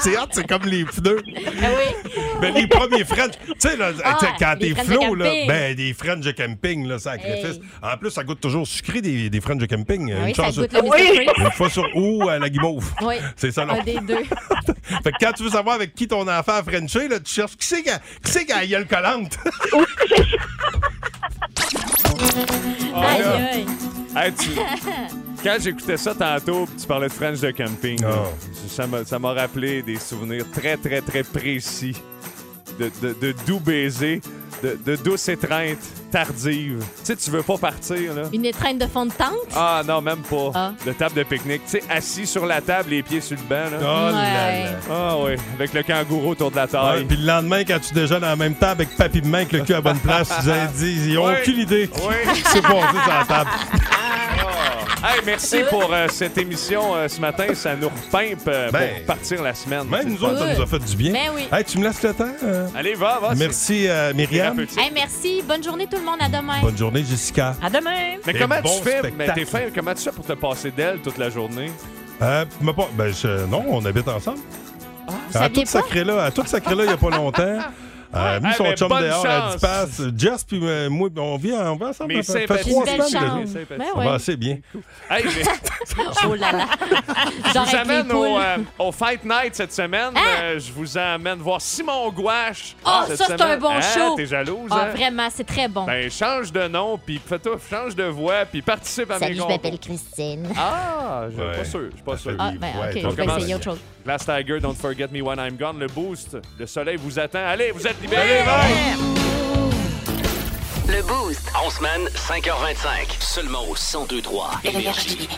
Speaker 3: c'est hot, c'est comme les pneus.
Speaker 7: oui.
Speaker 3: Ben, les premiers French. Tu sais, là,
Speaker 7: Ah,
Speaker 3: tu sais, quand
Speaker 7: les
Speaker 3: t'es
Speaker 7: French de
Speaker 3: flot, là,
Speaker 7: camping.
Speaker 3: ben, des French de camping, là, sacrifice.
Speaker 7: Hey.
Speaker 3: En plus, ça goûte toujours sucré, des, des French de camping.
Speaker 7: Ah
Speaker 3: Une
Speaker 7: oui, ça
Speaker 3: chance-
Speaker 7: goûte le
Speaker 12: Oui.
Speaker 7: Mr. Freeze.
Speaker 3: Une fois sur ou à la guimauve.
Speaker 7: Oui.
Speaker 3: C'est ça, là.
Speaker 7: Un Ah, des deux.
Speaker 3: Fait que quand tu veux savoir avec qui ton enfant a frenché, là, tu cherches qui c'est qui a, qui c'est qui a la gueule collante. Ah.
Speaker 7: Aïe, aïe.
Speaker 15: Hey, tu- Quand j'écoutais ça tantôt, puis tu parlais de French de camping.
Speaker 3: Oh.
Speaker 15: là, Ça m'a ça m'a rappelé des souvenirs très, très, très précis de, de, de doux baisers, de, de douces étreintes tardives. Tu sais, tu veux pas partir, là.
Speaker 7: Une étreinte de fond de tente?
Speaker 15: Ah non, même pas.
Speaker 7: Ah.
Speaker 15: Le table de pique-nique. Tu sais, assis sur la table, les pieds sur le banc,
Speaker 3: Oh
Speaker 15: là.
Speaker 3: là
Speaker 7: Ouais.
Speaker 3: là.
Speaker 15: Ah oui, avec le kangourou autour de la
Speaker 3: Ouais,
Speaker 15: taille.
Speaker 3: Puis le lendemain, quand tu déjeunes à la même table avec papy de main, que le cul à bonne place, ils ont dit, ils ont
Speaker 15: Ouais.
Speaker 3: aucune idée
Speaker 15: Oui.
Speaker 3: qui s'est passé sur la table.
Speaker 15: Hey, merci pour euh, cette émission euh, ce matin. Ça nous repimpe euh,
Speaker 3: Ben,
Speaker 15: pour partir la semaine. C'est
Speaker 3: Même nous
Speaker 15: le fun.
Speaker 3: autres, ça nous a fait du bien.
Speaker 7: Ben oui.
Speaker 3: Hey, tu me laisses le temps? euh?
Speaker 15: Allez, va, va. c'est-
Speaker 3: Merci, euh, Myriam.
Speaker 15: thérapeutique.
Speaker 7: Hey, merci. Bonne journée, tout le monde. À demain.
Speaker 3: Bonne journée, Jessica.
Speaker 4: À demain!
Speaker 15: Mais
Speaker 3: Et
Speaker 15: comment
Speaker 3: bon
Speaker 15: tu fais, mais
Speaker 3: spectacle.
Speaker 15: t'es fin, comment tu fais pour te passer d'elle toute la journée?
Speaker 3: Euh, mais pas- ben, je- non, on habite ensemble. à
Speaker 7: Ah, saviez
Speaker 3: tout sacré là, à tout sacré là, il n'y a pas longtemps. Elle a mis
Speaker 15: Ah,
Speaker 3: son
Speaker 15: mais
Speaker 3: chum
Speaker 15: bonne
Speaker 3: dehors, elle a dit
Speaker 15: chance.
Speaker 3: passe. Jess, puis euh, moi, on vit, on vit ensemble.
Speaker 15: Mais
Speaker 3: ça fait-
Speaker 15: c'est Ah,
Speaker 3: fait
Speaker 15: pas-
Speaker 7: J'ai une
Speaker 3: trois
Speaker 7: belle
Speaker 3: semaines déjà.
Speaker 7: chambre.
Speaker 15: déjà.
Speaker 7: Ben
Speaker 3: Ça
Speaker 7: oui.
Speaker 3: va assez Ah, bien.
Speaker 15: Hey, mais
Speaker 7: Oh là là.
Speaker 15: je
Speaker 7: Genre
Speaker 15: vous
Speaker 7: avec les
Speaker 15: amène
Speaker 7: poules.
Speaker 15: au, euh, au Fight Night cette semaine.
Speaker 7: Hein?
Speaker 15: Euh, je vous amène voir Simon Gouache.
Speaker 7: Oh,
Speaker 15: cette
Speaker 7: ça, c'est
Speaker 15: semaine.
Speaker 7: un bon
Speaker 15: Hein,
Speaker 7: show.
Speaker 15: T'es jalouse,
Speaker 7: Ah,
Speaker 15: hein?
Speaker 7: vraiment, c'est très bon.
Speaker 15: Ben, change de nom, puis fais-toi, change de voix, puis participe à
Speaker 7: Salut,
Speaker 15: mes
Speaker 7: je
Speaker 15: concours.
Speaker 7: m'appelle Christine.
Speaker 15: Ah, je suis
Speaker 3: Ouais.
Speaker 15: pas sûr, je suis pas sûr.
Speaker 7: Ah, ben,
Speaker 3: Ouais,
Speaker 7: OK,
Speaker 3: donc
Speaker 7: je vais
Speaker 15: comment-
Speaker 7: essayer autre chose.
Speaker 15: Glass Tiger, Don't Forget Me When I'm Gone, le boost. Le soleil vous attend. Allez, vous êtes libérés. bye!
Speaker 9: Le Boost.
Speaker 2: En semaine, 5h25.
Speaker 1: Seulement au 1023 Énergie.